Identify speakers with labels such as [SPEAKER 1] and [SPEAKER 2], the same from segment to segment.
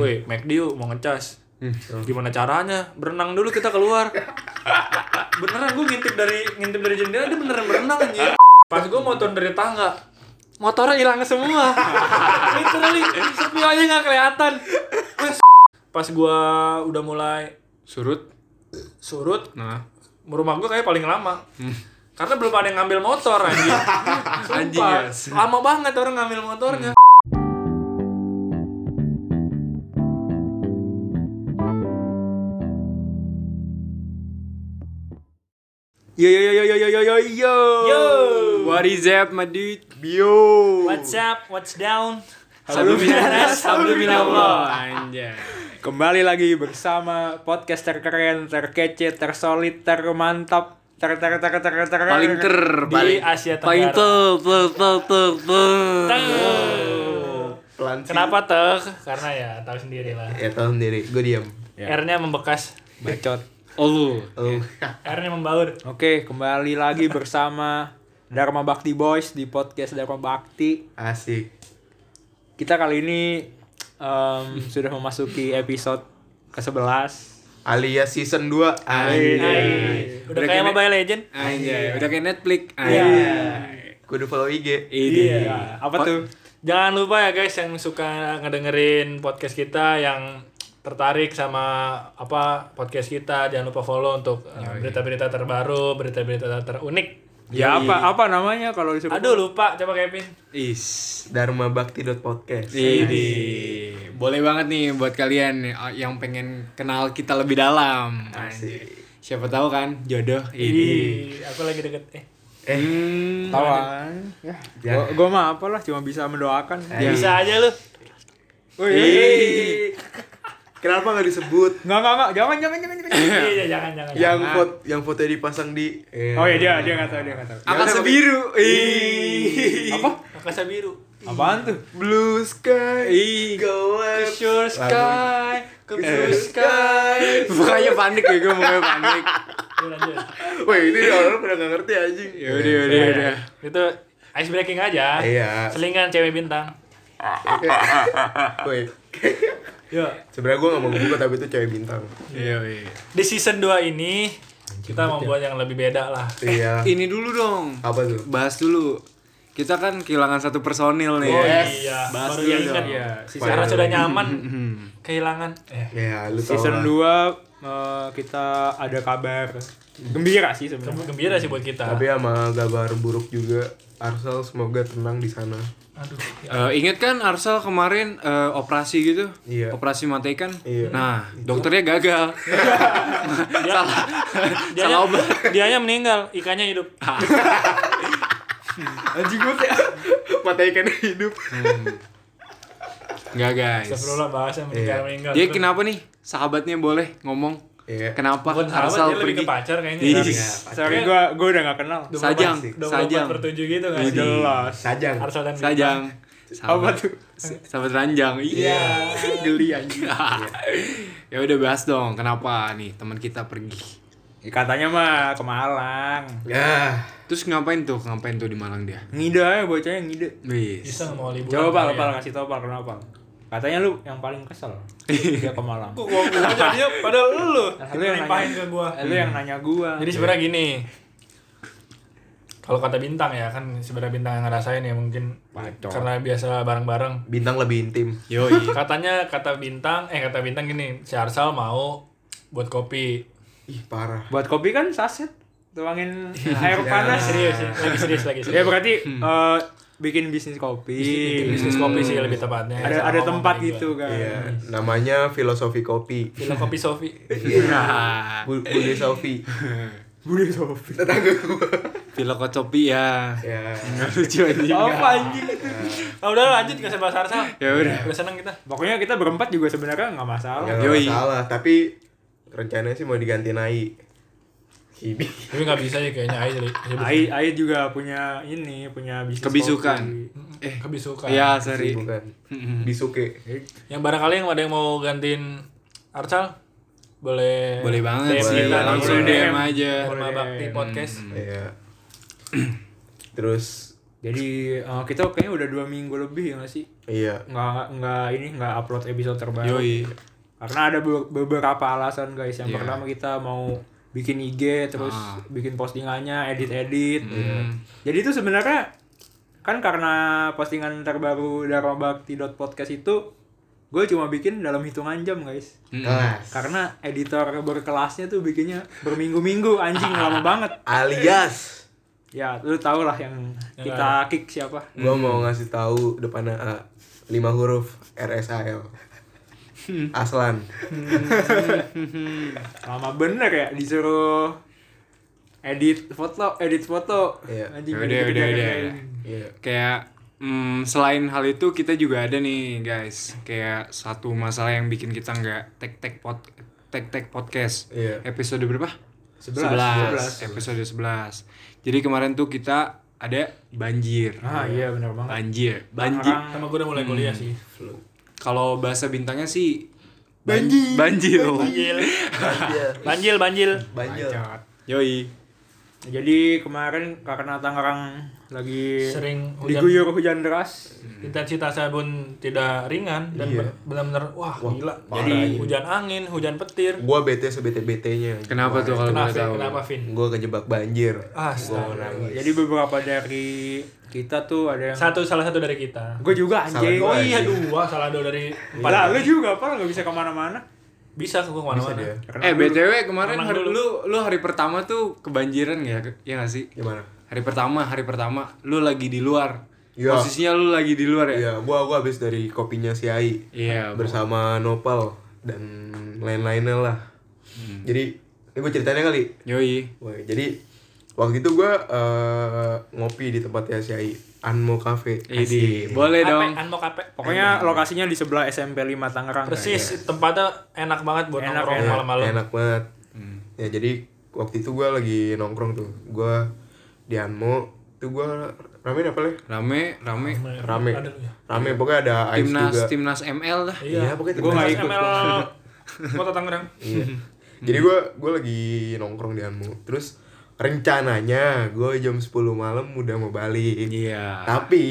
[SPEAKER 1] Woi,
[SPEAKER 2] Hmm.
[SPEAKER 1] McD yuk, mau ngecas. Gimana caranya? Berenang dulu kita keluar. beneran gue ngintip dari ngintip dari jendela dia beneran berenang anjir. Pas gue mau turun dari tangga, motornya hilang semua. Literally, sepionya nggak kelihatan. Wes, Pas gue udah mulai
[SPEAKER 2] Surut.
[SPEAKER 1] surut,
[SPEAKER 2] Nah.
[SPEAKER 1] rumah gue kayak paling lama
[SPEAKER 2] Hmm.
[SPEAKER 1] karena belum ada yang ngambil motor anjing
[SPEAKER 2] Anjing,
[SPEAKER 1] sumpah
[SPEAKER 2] yes.
[SPEAKER 1] lama banget orang ngambil motornya
[SPEAKER 2] Yo yo yo yo yo yo yo yo.
[SPEAKER 1] Yo.
[SPEAKER 2] What is up, my dude?
[SPEAKER 3] Bio.
[SPEAKER 1] what's up what's down
[SPEAKER 2] Salam
[SPEAKER 1] Saluminanas, saluminallah.
[SPEAKER 2] Anjay.
[SPEAKER 3] Kembali lagi bersama podcast terkeren, terkece, tersolid, termantap, ter ter ter ter ter
[SPEAKER 2] Paling ter,
[SPEAKER 1] di
[SPEAKER 2] paling
[SPEAKER 1] Asia
[SPEAKER 2] paling
[SPEAKER 1] Tenggara
[SPEAKER 2] ter, ter, ter, ter, ter.
[SPEAKER 1] Teng. kenapa teh karena ya tahu sendiri lah
[SPEAKER 4] Ya tahu sendiri, gue diam.
[SPEAKER 1] R-nya membekas
[SPEAKER 3] Ya. bacot.
[SPEAKER 2] Oh lu.
[SPEAKER 4] Oh.
[SPEAKER 1] R-nya membaur
[SPEAKER 3] Oke, kembali lagi bersama Dharma Bakti Boys di podcast Dharma Bakti.
[SPEAKER 4] Asik.
[SPEAKER 3] Kita kali ini em, sudah memasuki episode ke-11.
[SPEAKER 4] Alias season 2.
[SPEAKER 1] Hai. udah kayak Mobile Legend
[SPEAKER 2] Anjay, udah kayak Netflix.
[SPEAKER 4] Kudu follow IG.
[SPEAKER 2] Ini.
[SPEAKER 3] Iya. Apa tuh?
[SPEAKER 1] jangan lupa ya guys yang suka ngedengerin podcast kita yang tertarik sama apa podcast kita jangan lupa follow untuk eh, berita-berita terbaru berita-berita terunik
[SPEAKER 3] Ya apa apa namanya kalau disebut?
[SPEAKER 1] Aduh lupa, coba Kevin.
[SPEAKER 2] Is.
[SPEAKER 4] Dharma Bakti.podcast.
[SPEAKER 2] Ini boleh banget nih buat kalian nih, uh, yang pengen kenal kita lebih dalam. Anjir. Siapa tahu kan jodoh ini.
[SPEAKER 1] Ih, aku lagi deket. Eh,
[SPEAKER 3] Tawan. Ya. Gua, gua mah apalah cuma bisa mendoakan.
[SPEAKER 4] Eh.
[SPEAKER 1] bisa aja lu.
[SPEAKER 4] Ih. Kenapa nggak disebut?
[SPEAKER 3] Enggak enggak enggak, jangan jangan jangan. jangan.
[SPEAKER 1] Iya, jangan jangan.
[SPEAKER 3] Ya.
[SPEAKER 4] yang foto yang foto dipasang di eh.
[SPEAKER 3] Oh ya dia dia enggak tahu dia enggak tahu.
[SPEAKER 2] Angkasa biru. Ih.
[SPEAKER 3] Apa?
[SPEAKER 1] Angkasa biru.
[SPEAKER 3] Apaan tuh?
[SPEAKER 4] blue sky.
[SPEAKER 2] Ih.
[SPEAKER 4] Go up.
[SPEAKER 1] Sure sky, ke
[SPEAKER 3] Eh.
[SPEAKER 1] blue sky.
[SPEAKER 2] Bukannya panik ya gue mukanya panik.
[SPEAKER 1] Udah, lanjut.
[SPEAKER 4] Wih, ini orang pada nggak ngerti anjing.
[SPEAKER 2] Ya udah ya udah ya udah.
[SPEAKER 1] Iya, Itu ice breaking aja.
[SPEAKER 4] Iya.
[SPEAKER 1] Selingan cewek bintang.
[SPEAKER 4] Wih.
[SPEAKER 3] Iya.
[SPEAKER 1] Yo.
[SPEAKER 4] Sebenarnya gue nggak mau buka tapi itu cewek bintang.
[SPEAKER 2] Iya, iya.
[SPEAKER 1] Di season 2 ini kita
[SPEAKER 3] ya.
[SPEAKER 1] membuat yang lebih beda lah.
[SPEAKER 4] Iya.
[SPEAKER 2] Ini dulu dong.
[SPEAKER 4] Apa tuh?
[SPEAKER 2] Bahas dulu. Kita kan kehilangan satu personil nih.
[SPEAKER 1] Oh
[SPEAKER 2] ya.
[SPEAKER 1] iya,
[SPEAKER 2] Bahas
[SPEAKER 1] baru
[SPEAKER 2] dulu
[SPEAKER 1] ya ingat.
[SPEAKER 2] dong.
[SPEAKER 3] Iya, season-
[SPEAKER 1] Karena sudah nyaman
[SPEAKER 3] Mm-hmm.
[SPEAKER 1] kehilangan. Eh,
[SPEAKER 4] Ya, lu tau
[SPEAKER 3] Season
[SPEAKER 4] lah.
[SPEAKER 3] 2 eh, kita ada kabar gembira sih sebenarnya.
[SPEAKER 1] gembira sih buat kita.
[SPEAKER 4] Tapi sama kabar buruk juga Arsal semoga tenang di sana.
[SPEAKER 1] Aduh. ya.
[SPEAKER 2] Eh, ingat kan Arsal kemarin eh, operasi gitu,
[SPEAKER 4] Iya.
[SPEAKER 2] operasi mata ikan.
[SPEAKER 4] Iya.
[SPEAKER 2] Nah, dokternya gagal. salah,
[SPEAKER 1] Dianya,
[SPEAKER 2] salah obat. Ah.
[SPEAKER 1] dianya meninggal, ikannya hidup.
[SPEAKER 4] Anjing gue kayak mata ikan hidup.
[SPEAKER 2] Enggak guys.
[SPEAKER 1] Astagfirullah bahasa meninggal meninggal.
[SPEAKER 2] Iya. Dia kenapa nih? Sahabatnya boleh ngomong.
[SPEAKER 4] Iya.
[SPEAKER 2] Kenapa
[SPEAKER 1] Bukan sahabat,
[SPEAKER 2] Arsal
[SPEAKER 1] dia lebih
[SPEAKER 2] pergi?
[SPEAKER 1] ke pacar kayaknya.
[SPEAKER 2] Iya.
[SPEAKER 1] Iya.
[SPEAKER 3] Sorry gua gua udah enggak kenal.
[SPEAKER 2] Sajang,
[SPEAKER 1] Dua puluh
[SPEAKER 2] sajang, Iya.
[SPEAKER 1] empat per tujuh gitu nggak sih?
[SPEAKER 3] Jelas.
[SPEAKER 4] Sajang.
[SPEAKER 1] Arsal dan
[SPEAKER 2] sajang.
[SPEAKER 3] Apa
[SPEAKER 2] Sahabat,
[SPEAKER 3] tuh?
[SPEAKER 2] sahabat ranjang. Iya. Geli anjing. ya udah bahas dong, kenapa nih teman kita pergi?
[SPEAKER 3] Katanya mah ke Malang.
[SPEAKER 4] Ya.
[SPEAKER 2] Terus ngapain tuh? Ngapain tuh di Malang dia?
[SPEAKER 3] Ngide aja bocahnya ngide.
[SPEAKER 2] Wis.
[SPEAKER 1] Bisa mau liburan.
[SPEAKER 3] Coba pal,
[SPEAKER 1] kali
[SPEAKER 3] pal
[SPEAKER 1] ya.
[SPEAKER 3] ngasih tau pal kenapa? Pal? Katanya lu yang paling kesel dia ke Malang.
[SPEAKER 1] Kok gua gua jadinya padahal lu
[SPEAKER 3] Lu yang
[SPEAKER 1] limpahin
[SPEAKER 3] nanya.
[SPEAKER 1] ke gua.
[SPEAKER 3] Eh, Lu yang nanya gua.
[SPEAKER 1] Jadi sebenarnya gini. Kalau kata bintang ya kan sebenarnya bintang yang ngerasain ya mungkin
[SPEAKER 3] Bacot.
[SPEAKER 1] karena biasa bareng-bareng.
[SPEAKER 4] Bintang lebih intim.
[SPEAKER 2] Yoi.
[SPEAKER 1] Katanya kata bintang eh kata bintang gini, si Arsal mau buat kopi.
[SPEAKER 4] Ih, parah.
[SPEAKER 3] Buat kopi kan saset, tuangin air
[SPEAKER 1] Nah,
[SPEAKER 3] panas.
[SPEAKER 1] serius, serius, lagi serius lagi serius.
[SPEAKER 3] Ya berarti eh, bikin bisnis kopi.
[SPEAKER 1] bisnis kopi sih lebih tepatnya. Sama
[SPEAKER 3] Ada ada
[SPEAKER 1] ngomong
[SPEAKER 3] tempat
[SPEAKER 1] lagi
[SPEAKER 3] gitu kan.
[SPEAKER 4] Iya, namanya filosofi kopi.
[SPEAKER 1] gua. Film kopi Sofi.
[SPEAKER 2] Nah,
[SPEAKER 4] Bu- Bude Sofi.
[SPEAKER 3] Budi kopi.
[SPEAKER 4] Tetangga gue.
[SPEAKER 2] Filokocopi ya.
[SPEAKER 4] Ya.
[SPEAKER 2] Nggak lucu anjing.
[SPEAKER 3] Apa Oh, anjing itu?
[SPEAKER 1] Ah udah lanjut nggak usah bahas Arsal.
[SPEAKER 2] Ya udah.
[SPEAKER 1] Udah seneng kita.
[SPEAKER 3] Pokoknya kita berempat juga sebenarnya nggak masalah.
[SPEAKER 4] Nggak
[SPEAKER 2] Yoi.
[SPEAKER 4] masalah, tapi rencananya sih mau diganti naik. Ini.
[SPEAKER 1] Tapi nggak bisa ya kayaknya Ai jadi
[SPEAKER 3] Ai Ai juga punya ini, punya bisnis
[SPEAKER 2] Kebisukan.
[SPEAKER 3] kopi.
[SPEAKER 1] eh kebisukan.
[SPEAKER 2] Ya, sorry.
[SPEAKER 4] Bukan. kan. Bisuke.
[SPEAKER 1] Yang barangkali yang ada yang mau gantiin Arsal boleh
[SPEAKER 2] Boleh
[SPEAKER 1] DM
[SPEAKER 2] banget sih.
[SPEAKER 1] kita nih.
[SPEAKER 2] Langsung
[SPEAKER 1] Boleh
[SPEAKER 2] DM
[SPEAKER 4] Hmm.
[SPEAKER 1] DM.
[SPEAKER 2] aja.
[SPEAKER 1] Dharma Bakti Podcast.
[SPEAKER 4] Iya. Terus
[SPEAKER 3] Jadi eh, kita kayaknya udah dua minggu lebih ya nggak sih?
[SPEAKER 4] Iya.
[SPEAKER 3] Nggak nggak ini nggak upload episode terbaru.
[SPEAKER 2] Yoi.
[SPEAKER 3] Karena ada be- beberapa alasan guys.
[SPEAKER 2] Iya.
[SPEAKER 3] Yang pertama kita mau bikin IG terus
[SPEAKER 2] Ah.
[SPEAKER 3] bikin postingannya, edit-edit. ya.
[SPEAKER 2] Hmm.
[SPEAKER 3] Jadi itu sebenarnya kan karena postingan terbaru darobakti.podcast itu gue cuma bikin dalam hitungan jam guys.
[SPEAKER 2] Mm-mm.
[SPEAKER 4] Kelas.
[SPEAKER 3] Karena editor berkelasnya tuh bikinnya berminggu-minggu anjing lama banget.
[SPEAKER 4] Alias
[SPEAKER 3] Ya, lu tau lah yang
[SPEAKER 2] Ya.
[SPEAKER 3] kita kick siapa.
[SPEAKER 4] gua mau ngasih tahu depannya A lima huruf R S A L. Aslan.
[SPEAKER 3] Lama bener ya disuruh edit foto, edit foto.
[SPEAKER 4] Iya.
[SPEAKER 3] Anjing
[SPEAKER 2] Yaudah,
[SPEAKER 3] kan, gede-gede
[SPEAKER 2] yaudah,
[SPEAKER 3] kerjain.
[SPEAKER 2] yaudah.
[SPEAKER 4] Iya.
[SPEAKER 2] Kayak mm, selain hal itu kita juga ada nih guys kayak satu masalah yang bikin kita nggak tek tek pod tek tek podcast
[SPEAKER 4] Iya.
[SPEAKER 2] episode berapa?
[SPEAKER 3] Sebelas,
[SPEAKER 2] 11. episode 11 jadi kemarin tuh kita ada banjir
[SPEAKER 3] Ah, iya bener banget.
[SPEAKER 2] banjir banjir
[SPEAKER 1] Sama gue udah mulai
[SPEAKER 4] Hmm.
[SPEAKER 1] kuliah sih.
[SPEAKER 2] kalau bahasa bintangnya sih ban- banjir banjir
[SPEAKER 1] Banjil, banjil.
[SPEAKER 4] Banjir.
[SPEAKER 2] yoi
[SPEAKER 3] Jadi kemarin karena Tangerang lagi
[SPEAKER 1] Sering hujan.
[SPEAKER 3] diguyur hujan deras,
[SPEAKER 1] Intensitasnya pun tidak ringan dan
[SPEAKER 4] Hmm. Iya.
[SPEAKER 1] ber- benar-benar wah,
[SPEAKER 4] Wah,
[SPEAKER 1] gila.
[SPEAKER 4] parah
[SPEAKER 1] Jadi
[SPEAKER 4] ini.
[SPEAKER 1] hujan angin, hujan petir.
[SPEAKER 4] Gua bete sebete betenya.
[SPEAKER 2] kenapa tuh kalau
[SPEAKER 1] Kenapa,
[SPEAKER 2] boleh
[SPEAKER 1] Vin?
[SPEAKER 2] tahu
[SPEAKER 1] Kenapa, Vin?
[SPEAKER 4] Gua kejebak banjir. Gua
[SPEAKER 1] Astaga. Ya,
[SPEAKER 4] nangis.
[SPEAKER 3] jadi beberapa dari kita tuh ada yang
[SPEAKER 1] Satu salah satu dari kita.
[SPEAKER 3] Gue juga
[SPEAKER 4] Salah
[SPEAKER 3] anjing. Iya.
[SPEAKER 4] gua,
[SPEAKER 3] Oh
[SPEAKER 1] Oh
[SPEAKER 3] iya.
[SPEAKER 1] iya dua, salah dua dari
[SPEAKER 4] Iya.
[SPEAKER 1] empat.
[SPEAKER 3] Lah, lu juga apa nggak bisa kemana-mana?
[SPEAKER 1] Bisa ke
[SPEAKER 4] Bisa
[SPEAKER 1] kemana-mana.
[SPEAKER 4] dia.
[SPEAKER 3] Karena
[SPEAKER 2] eh
[SPEAKER 3] lu-
[SPEAKER 2] btw kemarin
[SPEAKER 1] Renang
[SPEAKER 2] hari,
[SPEAKER 1] dulu.
[SPEAKER 2] lu lu hari pertama tuh kebanjiran ya ya nggak sih
[SPEAKER 4] Gimana?
[SPEAKER 2] hari pertama hari pertama lu lagi di luar
[SPEAKER 4] Iya.
[SPEAKER 2] posisinya lu lagi di luar ya
[SPEAKER 4] Iya, gua gua habis dari kopinya si Ai.
[SPEAKER 2] iya
[SPEAKER 4] bersama Nopal dan lain-lainnya lah.
[SPEAKER 1] Hmm.
[SPEAKER 4] Jadi ini gue ceritanya kali.
[SPEAKER 2] yoi
[SPEAKER 4] Woi, jadi waktu itu gue eh, ngopi di tempatnya si Ai Anmo Cafe.
[SPEAKER 2] Idi, Iya, boleh
[SPEAKER 1] Ape,
[SPEAKER 2] dong.
[SPEAKER 1] Anmok ape.
[SPEAKER 3] Pokoknya lokasinya di sebelah SMP 5 Tangerang.
[SPEAKER 1] Persis tempatnya enak banget buat
[SPEAKER 3] Enak,
[SPEAKER 1] nongkrong
[SPEAKER 4] Enak-
[SPEAKER 1] malam-malam.
[SPEAKER 4] Iya.
[SPEAKER 1] Hmm.
[SPEAKER 4] Enak banget. Ya jadi waktu itu gue lagi nongkrong tuh. Gue di Anmo tuh gue rame apa lah?
[SPEAKER 2] Rame, rame.
[SPEAKER 4] Rame.
[SPEAKER 1] Ada lu ya.
[SPEAKER 4] Rame pokoknya ada Ais
[SPEAKER 2] Timnas,
[SPEAKER 4] juga.
[SPEAKER 2] timnas ML lah.
[SPEAKER 4] Iya, pokoknya
[SPEAKER 1] Gua
[SPEAKER 4] timnas.
[SPEAKER 1] nggak ikut. Kota Tangerang.
[SPEAKER 4] Iya.
[SPEAKER 2] Hmm.
[SPEAKER 4] Jadi gue gue lagi nongkrong di Anmu. Terus rencananya gue jam 10 malam udah mau balik.
[SPEAKER 2] Iya.
[SPEAKER 4] Tapi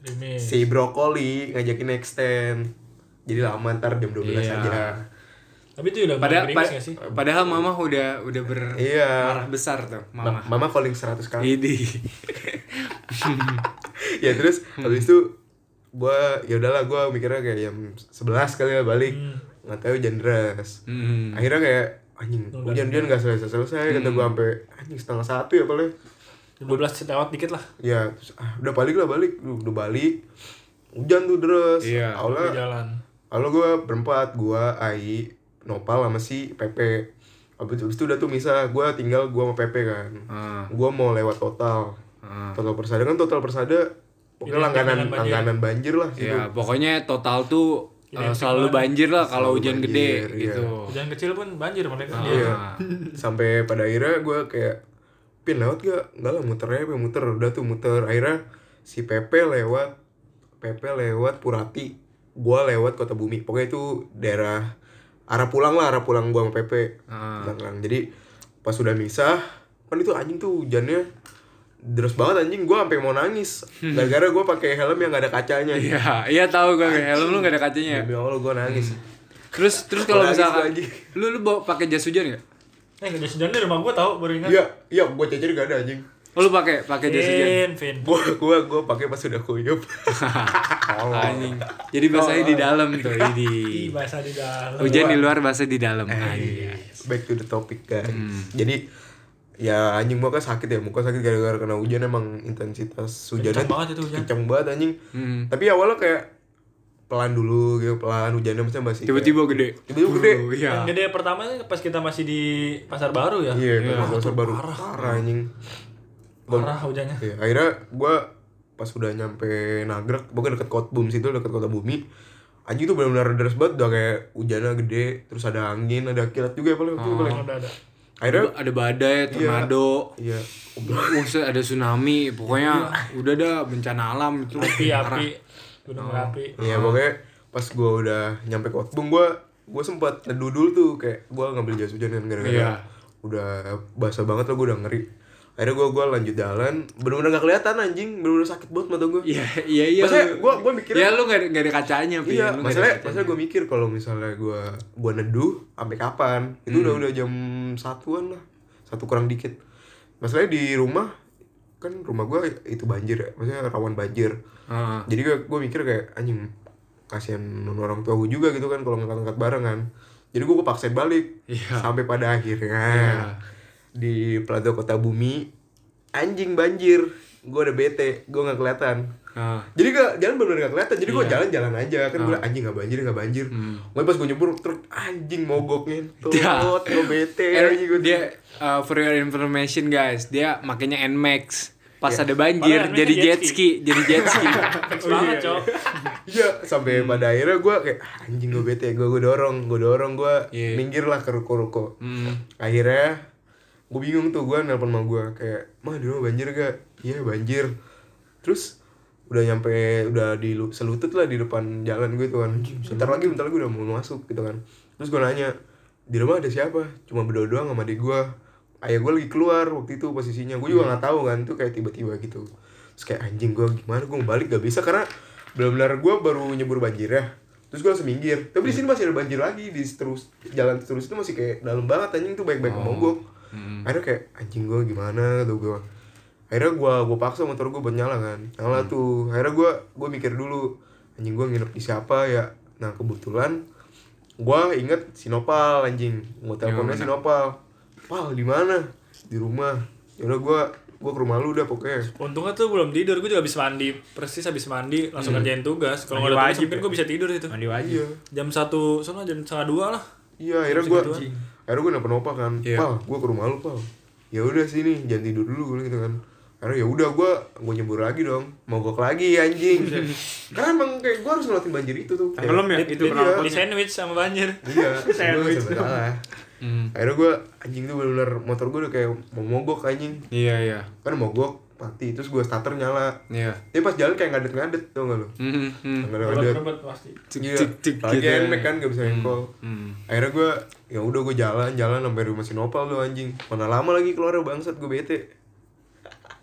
[SPEAKER 1] Ini.
[SPEAKER 4] si brokoli ngajakin extend. Jadi lama ntar jam 12
[SPEAKER 2] Iya.
[SPEAKER 4] aja.
[SPEAKER 1] Tapi itu udah
[SPEAKER 2] Pada,
[SPEAKER 1] mulai
[SPEAKER 2] pa-
[SPEAKER 1] gerimis nggak sih?
[SPEAKER 2] padahal mama udah udah ber
[SPEAKER 4] Iya.
[SPEAKER 2] marah besar tuh,
[SPEAKER 4] Ma-
[SPEAKER 2] mama.
[SPEAKER 4] Mama calling 100 kali.
[SPEAKER 2] Idi.
[SPEAKER 4] ya terus
[SPEAKER 2] Hmm.
[SPEAKER 4] habis itu gue ya udahlah gue mikirnya kayak jam 11 kali lah balik. Nggak tahu hujan deras.
[SPEAKER 2] Hmm.
[SPEAKER 4] Akhirnya kayak anjing hujan-hujan gak selesai-selesai kata gue sampai anjing setengah satu ya paling.
[SPEAKER 1] 12 lewat dikit lah.
[SPEAKER 4] ya terus, ah, udah balik lah balik Lu udah balik hujan tuh deres
[SPEAKER 1] Di
[SPEAKER 2] Iya,
[SPEAKER 4] awalnya
[SPEAKER 1] jalan.
[SPEAKER 4] awalnya gue berempat gue Ai Nopal sama si Pepe abis, abis itu udah tuh misah gue tinggal gue sama Pepe kan
[SPEAKER 2] Ah,
[SPEAKER 4] gue mau lewat total
[SPEAKER 2] ah.
[SPEAKER 4] total persada kan total persada pokoknya
[SPEAKER 1] Identik
[SPEAKER 4] langganan
[SPEAKER 1] dengan banjir.
[SPEAKER 4] langganan banjir lah gitu
[SPEAKER 2] Ya, pokoknya total tuh
[SPEAKER 1] Identik
[SPEAKER 2] eh, selalu
[SPEAKER 1] banget.
[SPEAKER 2] banjir lah kalau
[SPEAKER 4] Selalu
[SPEAKER 2] hujan
[SPEAKER 4] banjir,
[SPEAKER 2] gede
[SPEAKER 4] iya.
[SPEAKER 2] gitu.
[SPEAKER 1] Hujan kecil pun banjir mereka.
[SPEAKER 2] Ah.
[SPEAKER 4] Iya. sampai pada akhirnya gue kayak pin lewat gak enggak lah muter aja Pe, muter udah tuh muter akhirnya si Pepe lewat Pepe lewat Purati gue lewat Kota Bumi pokoknya itu daerah arah pulang lah arah pulang gue sama Pepe
[SPEAKER 2] Ah.
[SPEAKER 4] Tangerang. jadi pas sudah misah kan itu anjing tuh hujannya deras banget anjing gue sampai mau nangis gara-gara gue pakai helm yang gak ada kacanya
[SPEAKER 2] Hmm. Iya, iya tahu gue helm lu gak ada kacanya. ya?
[SPEAKER 4] demi allah gue nangis
[SPEAKER 2] Hmm. Terus terus kalau
[SPEAKER 4] Nangis
[SPEAKER 2] misalkan
[SPEAKER 4] lagi.
[SPEAKER 2] lu lu bawa pakai jas hujan gak?
[SPEAKER 1] Eh, nggak ada hujan di rumah gua tau baru ingat.
[SPEAKER 4] iya iya gue cecer gak ada anjing
[SPEAKER 2] Oh, lu pakai
[SPEAKER 4] Iya,
[SPEAKER 2] pakai jas hujan.
[SPEAKER 1] Vin, Vin.
[SPEAKER 4] gue gue gue pakai pas sudah kuyup Oh.
[SPEAKER 2] Anjing. Jadi bahasanya di dalam tuh,
[SPEAKER 4] Iya.
[SPEAKER 1] Ih,
[SPEAKER 2] Idi.
[SPEAKER 1] bahasa di dalam.
[SPEAKER 2] Hujan di luar bahasa di dalam.
[SPEAKER 4] Eh,
[SPEAKER 2] Anjing.
[SPEAKER 4] iya. back to the topic guys jadi ya anjing muka sakit ya muka sakit gara-gara kena hujan emang intensitas hujannya
[SPEAKER 1] Kencang banget ya. itu hujan.
[SPEAKER 4] kencang banget anjing
[SPEAKER 2] Hmm.
[SPEAKER 4] tapi awalnya kayak pelan dulu gitu pelan hujannya maksudnya masih
[SPEAKER 2] Tiba-tiba
[SPEAKER 4] kayak-
[SPEAKER 2] gede.
[SPEAKER 4] tiba-tiba gede
[SPEAKER 2] Oh, iya.
[SPEAKER 1] Yang gede pertama pas kita masih di pasar baru ya.
[SPEAKER 4] iya kayak dasar baru parah, anjing
[SPEAKER 1] Parah hujannya.
[SPEAKER 4] Iya, akhirnya gue pas udah nyampe nagrek pokoknya deket kota bumi situ deket kota bumi anjing itu benar-benar deras banget udah kayak hujannya gede terus ada angin ada kilat juga ya paling waktu itu paling
[SPEAKER 1] Ada ada.
[SPEAKER 4] akhirnya
[SPEAKER 2] Ada badai, tornado,
[SPEAKER 4] iya
[SPEAKER 2] buset, ada tsunami, pokoknya udah dah bencana alam itu.
[SPEAKER 1] Api api. Gunung api.
[SPEAKER 4] Iya
[SPEAKER 2] Hmm.
[SPEAKER 4] pokoknya pas gue udah nyampe Kotbung gue gue sempat neduh dulu tuh kayak gue ngambil jas hujan kan gara-gara
[SPEAKER 2] Iya.
[SPEAKER 4] udah basah banget lah gue udah ngeri akhirnya gue gua lanjut jalan bener-bener gak kelihatan anjing bener-bener sakit banget mata gue
[SPEAKER 2] Iya, iya, iya.
[SPEAKER 4] Maksudnya
[SPEAKER 2] lu-
[SPEAKER 4] gua- gua mikirnya-
[SPEAKER 2] Ya lu gak, ada- gak ada kacanya, Pin.
[SPEAKER 4] iya
[SPEAKER 2] Lu gak ada
[SPEAKER 4] masalahnya
[SPEAKER 2] kacanya.
[SPEAKER 4] masalahnya gue mikir kalau misalnya gue gue neduh sampai kapan itu
[SPEAKER 2] Hmm.
[SPEAKER 4] udah udah jam satuan lah satu kurang dikit masalahnya di rumah kan rumah gue itu banjir ya maksudnya rawan banjir
[SPEAKER 2] Heeh.
[SPEAKER 4] jadi gue gue mikir kayak anjing kasihan orang tua gue juga gitu kan kalau ngangkat-ngangkat bareng kan jadi gue paksain balik
[SPEAKER 2] Iya.
[SPEAKER 4] sampai pada akhirnya
[SPEAKER 2] Iya.
[SPEAKER 4] di Plato Kota Bumi anjing banjir gue udah bete gue nggak kelihatan
[SPEAKER 2] Heeh.
[SPEAKER 4] jadi gak, jalan bener-bener gak kelihatan jadi
[SPEAKER 2] Iya.
[SPEAKER 4] gue jalan-jalan aja kan
[SPEAKER 2] Ah.
[SPEAKER 4] gue anjing gak banjir gak banjir
[SPEAKER 2] Hmm.
[SPEAKER 4] Mulai pas gue nyebur truk anjing mogok ngentut
[SPEAKER 2] Ya.
[SPEAKER 4] gue bete
[SPEAKER 2] Eh,
[SPEAKER 4] anjing Iya, gua.
[SPEAKER 2] dia uh, for your information guys, dia makanya Nmax. Pas
[SPEAKER 4] Iya.
[SPEAKER 2] ada banjir
[SPEAKER 1] Padahal Nmax-nya
[SPEAKER 2] jadi
[SPEAKER 1] jet
[SPEAKER 2] jet ski, jadi jet ski.
[SPEAKER 4] Oh,
[SPEAKER 1] Fix banget, Cok.
[SPEAKER 4] Iya, sampai pada akhirnya gue kayak "Ah, anjing gue bete, gue gue dorong, gue dorong gue
[SPEAKER 2] Iya.
[SPEAKER 4] minggir lah ke ruko-ruko. Akhirnya gue bingung tuh gue nelpon sama gue kayak mah di rumah banjir gak? Iya banjir. Terus udah nyampe udah di lu- selutut lah di depan jalan gue tuh kan. Bentar lagi bentar lagi udah mau masuk gitu kan. Terus gue nanya di rumah ada siapa? Cuma berdua doang sama adik gue. Ayah gue lagi keluar waktu itu posisinya gue juga nggak tahu kan tuh kayak tiba-tiba gitu. Terus kayak anjing gue gimana gue balik gak bisa karena benar-benar gue baru nyebur banjir ya terus gue langsung minggir tapi di sini masih ada banjir lagi di terus jalan terus itu masih kayak dalam banget anjing tuh baik-baik mogok akhirnya kayak anjing gue gimana tuh gue akhirnya gue gue paksa motor gue buat nyala kan nyala tuh akhirnya gue gue mikir dulu anjing gue nginep di siapa ya nah kebetulan gue inget sinopal anjing mau teleponnya sinopal pal di mana di rumah ya udah gue gue ke rumah lu udah pokoknya
[SPEAKER 1] Untungnya tuh belum tidur, gue juga habis mandi, persis habis mandi langsung
[SPEAKER 4] Hmm.
[SPEAKER 1] kerjain tugas. Kalau nggak
[SPEAKER 3] Mandi
[SPEAKER 1] ada tugas,
[SPEAKER 3] wajib
[SPEAKER 1] mungkin
[SPEAKER 3] ya?
[SPEAKER 1] gue bisa tidur itu.
[SPEAKER 3] mandi wajib
[SPEAKER 4] iya
[SPEAKER 1] Jam satu, soalnya jam setengah dua lah.
[SPEAKER 4] Iya, akhirnya gue, akhirnya gue nelfon opa kan,
[SPEAKER 2] Iya.
[SPEAKER 4] pal, gue ke rumah lu pal. Ya udah sini, jangan tidur dulu gue bilang gitu kan. Akhirnya ya udah gue, gue nyebur lagi dong, mogok lagi anjing. Karena emang kayak gue harus ngelatin banjir itu tuh. Kayak-
[SPEAKER 3] Tenggelam ya?
[SPEAKER 1] Di-
[SPEAKER 3] Itu
[SPEAKER 1] di-
[SPEAKER 4] kenapa?
[SPEAKER 1] Di sandwich sama banjir.
[SPEAKER 4] Iya, gue
[SPEAKER 3] Sandwich
[SPEAKER 4] serba salah.
[SPEAKER 2] Hmm.
[SPEAKER 4] Akhirnya gue anjing tuh bener-bener motor gue udah kayak mau mogok anjing.
[SPEAKER 2] Iya, iya.
[SPEAKER 4] Kan mogok mati, terus gue starter nyala.
[SPEAKER 2] Iya.
[SPEAKER 4] Tapi pas jalan kayak ngadet-ngadet tau gak lu?
[SPEAKER 2] Hmm, hmm.
[SPEAKER 4] Ngadet-ngadet.
[SPEAKER 1] pasti.
[SPEAKER 2] Cik,
[SPEAKER 4] Iya,
[SPEAKER 2] cik, cik,
[SPEAKER 4] lagi
[SPEAKER 2] gitu.
[SPEAKER 4] enak kan gak bisa engkol.
[SPEAKER 2] Hmm.
[SPEAKER 4] akhirnya gue ya udah gue jalan jalan sampai rumah sinopal tuh anjing mana lama lagi keluar bangsat gue bete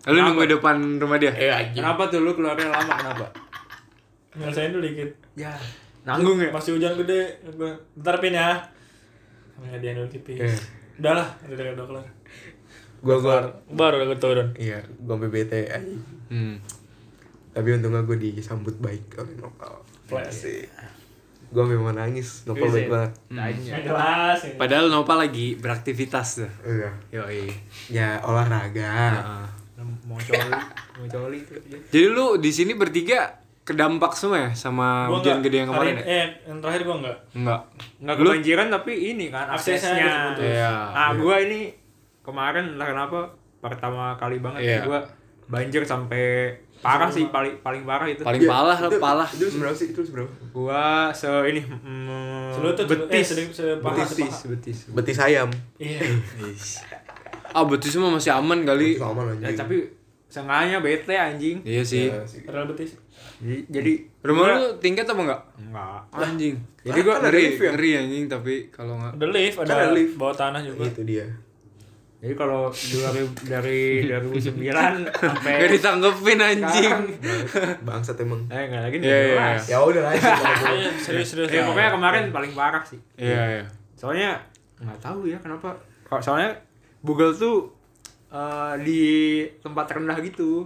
[SPEAKER 2] Lu nunggu depan rumah dia?
[SPEAKER 4] Iya,
[SPEAKER 3] kenapa tuh lu keluarnya lama kenapa
[SPEAKER 1] Nyelesain dulu dikit.
[SPEAKER 3] ya nanggung ya
[SPEAKER 1] Masih hujan gede. Gua- Bentar pin ya. Sama dia dulu tipis.
[SPEAKER 4] Iya.
[SPEAKER 1] Udah lah, udah udah udah kelar.
[SPEAKER 4] gue gue
[SPEAKER 1] Baru udah gue turun.
[SPEAKER 4] iya gue sampai bete anjing
[SPEAKER 2] Hmm.
[SPEAKER 4] tapi untungnya gue disambut baik oleh Iya. nopal
[SPEAKER 1] Flash.
[SPEAKER 4] sih gue memang nangis nopal baik banget
[SPEAKER 1] Ya, jelas. ini.
[SPEAKER 2] Padahal Nopa lagi beraktivitas tuh.
[SPEAKER 4] iya
[SPEAKER 2] Yoi.
[SPEAKER 4] ya olahraga
[SPEAKER 2] Heeh.
[SPEAKER 3] mau coli mau coli tuh dia.
[SPEAKER 2] Jadi lu di sini bertiga kedampak semua ya sama
[SPEAKER 1] Gua
[SPEAKER 2] hujan
[SPEAKER 1] nggak-
[SPEAKER 2] gede yang
[SPEAKER 1] hari-
[SPEAKER 2] kemarin ya?
[SPEAKER 1] Eh, yang terakhir gue enggak.
[SPEAKER 2] Enggak.
[SPEAKER 3] nggak
[SPEAKER 2] Lu?
[SPEAKER 3] kebanjiran tapi ini kan
[SPEAKER 1] Aksesnya
[SPEAKER 3] aksesnya
[SPEAKER 1] terputus.
[SPEAKER 2] Iya.
[SPEAKER 3] ah gua ini kemarin entah kenapa pertama kali
[SPEAKER 2] Iya.
[SPEAKER 3] banget gua banjir sampai parah sih paling paling parah itu
[SPEAKER 4] Iya,
[SPEAKER 2] Paling palah
[SPEAKER 4] itu-
[SPEAKER 2] lah, palah.
[SPEAKER 4] itu seberapa sih itu seberapa
[SPEAKER 3] gua se ini mm,
[SPEAKER 1] Selutut, selu- eh,
[SPEAKER 3] betis
[SPEAKER 1] selu- selu- paha,
[SPEAKER 3] betis
[SPEAKER 1] sepaha.
[SPEAKER 3] betis
[SPEAKER 4] betis ayam
[SPEAKER 1] Iya.
[SPEAKER 2] Ah, betis semua masih aman kali.
[SPEAKER 4] sama
[SPEAKER 3] Ya,
[SPEAKER 4] anjing
[SPEAKER 3] tapi sengaja bete anjing
[SPEAKER 2] Iya sih.
[SPEAKER 4] Iya sih.
[SPEAKER 1] Terlalu betis.
[SPEAKER 3] jadi, jadi
[SPEAKER 2] Rumah
[SPEAKER 3] gua-
[SPEAKER 2] lu tingkat apa enggak?
[SPEAKER 3] enggak
[SPEAKER 2] Anjing.
[SPEAKER 4] Lah,
[SPEAKER 2] Jadi gua
[SPEAKER 4] kan ada
[SPEAKER 2] ngeri,
[SPEAKER 4] lift ya?
[SPEAKER 2] ngeri anjing tapi kalau enggak
[SPEAKER 1] Ada lift, ada,
[SPEAKER 4] Ada lift. Iya,
[SPEAKER 1] bawah tanah juga.
[SPEAKER 4] itu dia
[SPEAKER 3] jadi kalau dari dari 2009 sampai
[SPEAKER 2] Gak ditanggepin anjing.
[SPEAKER 3] sekarang-
[SPEAKER 4] bangsat emang
[SPEAKER 3] eh enggak lagi
[SPEAKER 2] Iya, iya, iya.
[SPEAKER 3] 2012.
[SPEAKER 4] ya udah lah sih, kalau gua-
[SPEAKER 1] Iya, serius serius.
[SPEAKER 3] Ya, pokoknya kemarin paling parah sih.
[SPEAKER 2] Iya, iya.
[SPEAKER 3] Soalnya nggak tahu ya kenapa. Kalau soalnya Google tuh eh, di tempat rendah gitu.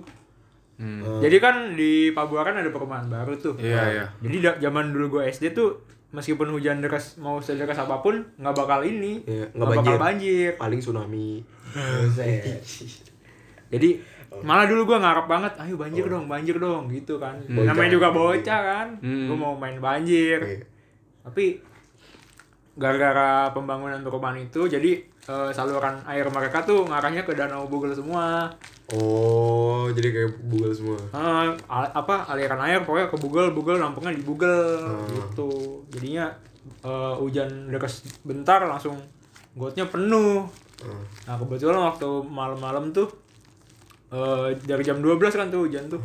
[SPEAKER 2] Hmm.
[SPEAKER 4] Hmm.
[SPEAKER 3] Jadi kan di Pabuaran ada perumahan baru tuh. Nah,
[SPEAKER 2] Iya, iya.
[SPEAKER 3] Jadi da- zaman dulu gue SD tuh meskipun hujan deras mau sederas apapun nggak bakal ini
[SPEAKER 4] Iya, nggak
[SPEAKER 3] nggak bakal banjir.
[SPEAKER 4] paling tsunami
[SPEAKER 3] Jadi malah dulu gue ngarep banget, ayo banjir dong, banjir dong gitu kan.
[SPEAKER 4] Bocah.
[SPEAKER 3] Namanya juga bocah kan,
[SPEAKER 2] Hmm.
[SPEAKER 3] gue mau main banjir.
[SPEAKER 4] Iya.
[SPEAKER 3] Tapi gara-gara pembangunan perumahan itu, jadi eh, saluran air mereka tuh ngarahnya ke Danau Bogor semua.
[SPEAKER 4] oh jadi kayak bugal semua
[SPEAKER 3] Eh, al- apa aliran air pokoknya ke Bogor, Bogor nampungnya di Bogor
[SPEAKER 4] Hmm.
[SPEAKER 3] gitu. Jadinya eh, hujan deras bentar langsung gotnya penuh.
[SPEAKER 4] Hmm.
[SPEAKER 3] Nah kebetulan waktu malam-malam tuh eh dari jam 12 kan tuh hujan tuh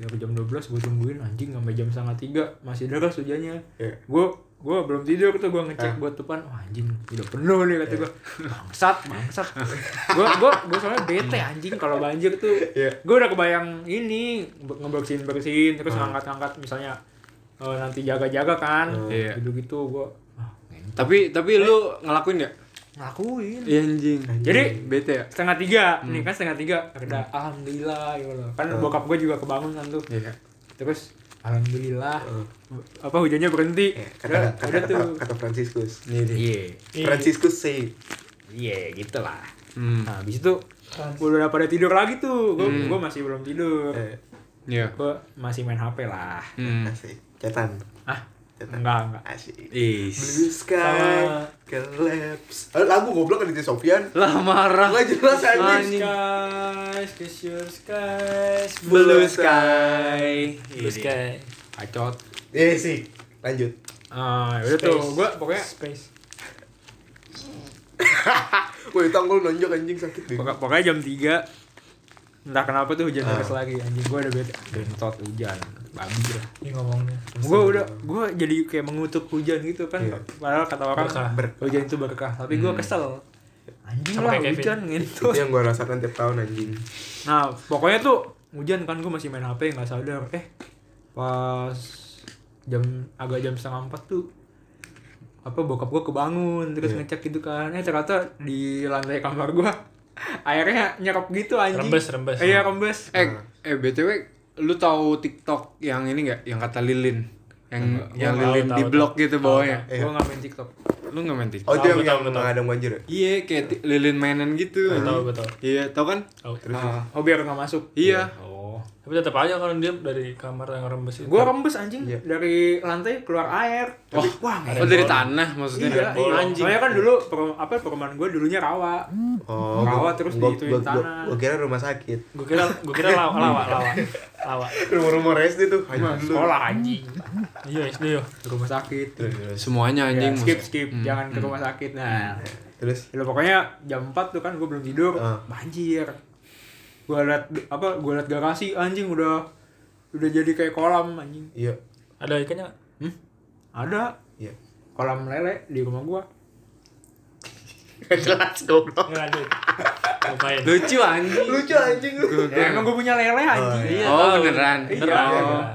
[SPEAKER 3] dari jam 12 gue tungguin anjing sampai jam setengah tiga masih deras hujannya
[SPEAKER 4] Iya.
[SPEAKER 3] gue gue belum tidur tuh gue
[SPEAKER 2] Eh.
[SPEAKER 3] ngecek buat depan wah anjing udah penuh nih kata gue bangsat bangsat gue gue gue soalnya bete anjing kalau banjir tuh
[SPEAKER 4] Iya.
[SPEAKER 3] gue udah kebayang ini ngebersihin bersihin terus ngangkat ngangkat misalnya eh, nanti jaga jaga kan
[SPEAKER 2] Iya.
[SPEAKER 3] gitu gitu gue
[SPEAKER 2] Tapi tapi lu ngelakuin nggak?
[SPEAKER 3] ngelakuin
[SPEAKER 2] Iya anjing.
[SPEAKER 3] jadi
[SPEAKER 2] Bete ya? Hmm.
[SPEAKER 3] setengah tiga nih kan setengah tiga reda alhamdulillah ya Allah kan
[SPEAKER 2] Eh.
[SPEAKER 3] bokap gue juga kebangun kan tuh
[SPEAKER 2] Iya.
[SPEAKER 3] terus alhamdulillah
[SPEAKER 2] Eh.
[SPEAKER 4] Hmm.
[SPEAKER 3] apa hujannya berhenti
[SPEAKER 4] Ya,
[SPEAKER 3] udah,
[SPEAKER 4] kata kata
[SPEAKER 3] udah
[SPEAKER 4] kata,
[SPEAKER 3] tuh
[SPEAKER 4] kata Franciscus.
[SPEAKER 2] Iya. Iya.
[SPEAKER 4] Franciscus say
[SPEAKER 3] iya gitu lah
[SPEAKER 2] Hmm.
[SPEAKER 3] nah habis itu udah pada tidur lagi tuh gue gue masih belum tidur
[SPEAKER 4] eh,
[SPEAKER 2] Iya.
[SPEAKER 3] gue masih main hp lah
[SPEAKER 2] Hmm.
[SPEAKER 4] asik cetan
[SPEAKER 3] ah
[SPEAKER 4] cetan
[SPEAKER 3] enggak enggak
[SPEAKER 4] asik
[SPEAKER 2] Is.
[SPEAKER 4] Blue Sky
[SPEAKER 3] Sama-
[SPEAKER 4] Collapse Eh, lagu goblok kan itu Sofian
[SPEAKER 2] Lah marah.
[SPEAKER 4] nggak jelas anjing
[SPEAKER 2] Anjing.
[SPEAKER 1] Skies, kiss your skies,
[SPEAKER 2] Blue sky.
[SPEAKER 1] blue sky.
[SPEAKER 2] Acot.
[SPEAKER 4] Iya sih lanjut
[SPEAKER 3] ah udah tuh gue pokoknya
[SPEAKER 1] Space.
[SPEAKER 4] Woi tanggul nonjok anjing sakit deh
[SPEAKER 3] Pokok- pokoknya jam 3 entah kenapa tuh hujan
[SPEAKER 2] Ah.
[SPEAKER 3] deras lagi anjing gue udah bete bentot hujan babi lah
[SPEAKER 1] Ini ngomongnya.
[SPEAKER 3] gue udah gue jadi kayak mengutuk hujan gitu kan
[SPEAKER 4] Iya.
[SPEAKER 3] padahal kata orang
[SPEAKER 1] Berkah.
[SPEAKER 4] Berkah.
[SPEAKER 3] hujan itu berkah tapi gue kesel anjing
[SPEAKER 1] Sama
[SPEAKER 3] lah
[SPEAKER 1] kayak Kevin.
[SPEAKER 3] hujan gitu.
[SPEAKER 4] Itu
[SPEAKER 3] ngintut
[SPEAKER 4] yang gue rasakan tiap tahun anjing
[SPEAKER 3] nah pokoknya tuh hujan kan gue masih main hp nggak sadar eh pas jam agak jam setengah empat tuh apa bokap gue kebangun terus
[SPEAKER 4] Iya.
[SPEAKER 3] ngecek gitu kan eh ternyata di lantai kamar gue airnya nyerap gitu anjing
[SPEAKER 1] Rembes, rembes.
[SPEAKER 3] iya rembes
[SPEAKER 2] Eh, eh btw, lu tahu TikTok yang ini nggak? Yang kata lilin, yang yang
[SPEAKER 1] tahu,
[SPEAKER 2] lilin
[SPEAKER 1] tahu,
[SPEAKER 2] di
[SPEAKER 1] tahu.
[SPEAKER 2] blok gitu
[SPEAKER 1] Tahu,
[SPEAKER 2] bawahnya.
[SPEAKER 4] Iya.
[SPEAKER 3] gue Eh, nggak main tiktok
[SPEAKER 2] Lu nggak main TikTok?
[SPEAKER 4] Oh itu
[SPEAKER 1] Tahu,
[SPEAKER 4] yang yang
[SPEAKER 1] tahu, tahu.
[SPEAKER 4] mengadang banjir ya?
[SPEAKER 2] Iya, kayak ti- lilin mainan gitu.
[SPEAKER 1] Tahu
[SPEAKER 2] anjing.
[SPEAKER 1] betul.
[SPEAKER 2] Iya, tahu kan?
[SPEAKER 1] Tahu.
[SPEAKER 2] Ah,
[SPEAKER 3] oh biar nggak masuk
[SPEAKER 2] iya.
[SPEAKER 3] oh
[SPEAKER 1] Tapi tetap aja kan dia dari kamar yang rembes itu.
[SPEAKER 3] gue rembes anjing
[SPEAKER 4] Iya.
[SPEAKER 3] dari lantai keluar air
[SPEAKER 2] Oh,
[SPEAKER 3] wah nggak
[SPEAKER 2] oh dari tanah maksudnya.
[SPEAKER 3] Iya,
[SPEAKER 1] bolong.
[SPEAKER 3] iya. Soalnya kan dulu perum- apa perumahan gue dulunya rawa.
[SPEAKER 4] Oh,
[SPEAKER 3] Rawa terus diituin tanah.
[SPEAKER 4] Gue kira rumah sakit.
[SPEAKER 1] Gue kira gue kira lawa lawa lawa. lawa.
[SPEAKER 4] Rumah-rumah SD tuh. Anjing Iya,
[SPEAKER 3] Rumah
[SPEAKER 4] dulu.
[SPEAKER 3] sekolah anjing.
[SPEAKER 1] Iya, SD yo.
[SPEAKER 3] Rumah sakit.
[SPEAKER 2] Semuanya
[SPEAKER 3] Ya,
[SPEAKER 2] anjing. Hmm.
[SPEAKER 3] skip
[SPEAKER 2] maksudnya.
[SPEAKER 3] skip, jangan ke rumah sakit. Nah,
[SPEAKER 4] Terus
[SPEAKER 3] ya, pokoknya jam 4 tuh kan gue belum tidur,
[SPEAKER 4] Hmm. Ah.
[SPEAKER 3] banjir. Gue liat apa? Gue liat garasi anjing udah udah jadi kayak kolam anjing.
[SPEAKER 4] iya,
[SPEAKER 1] Ada ikannya nggak?
[SPEAKER 3] Hmm? Ada
[SPEAKER 4] iya.
[SPEAKER 3] kolam lele di rumah gue.
[SPEAKER 4] Jelas goblok.
[SPEAKER 1] Nggak lanjut. Lupain.
[SPEAKER 2] Lucu anjing.
[SPEAKER 4] Lucu anjing lu.
[SPEAKER 3] Ya, emang gue punya lele anjing.
[SPEAKER 1] Iya,
[SPEAKER 2] Oh,
[SPEAKER 1] tahu.
[SPEAKER 2] beneran.
[SPEAKER 1] Beneran.
[SPEAKER 3] Iya.
[SPEAKER 1] Oh.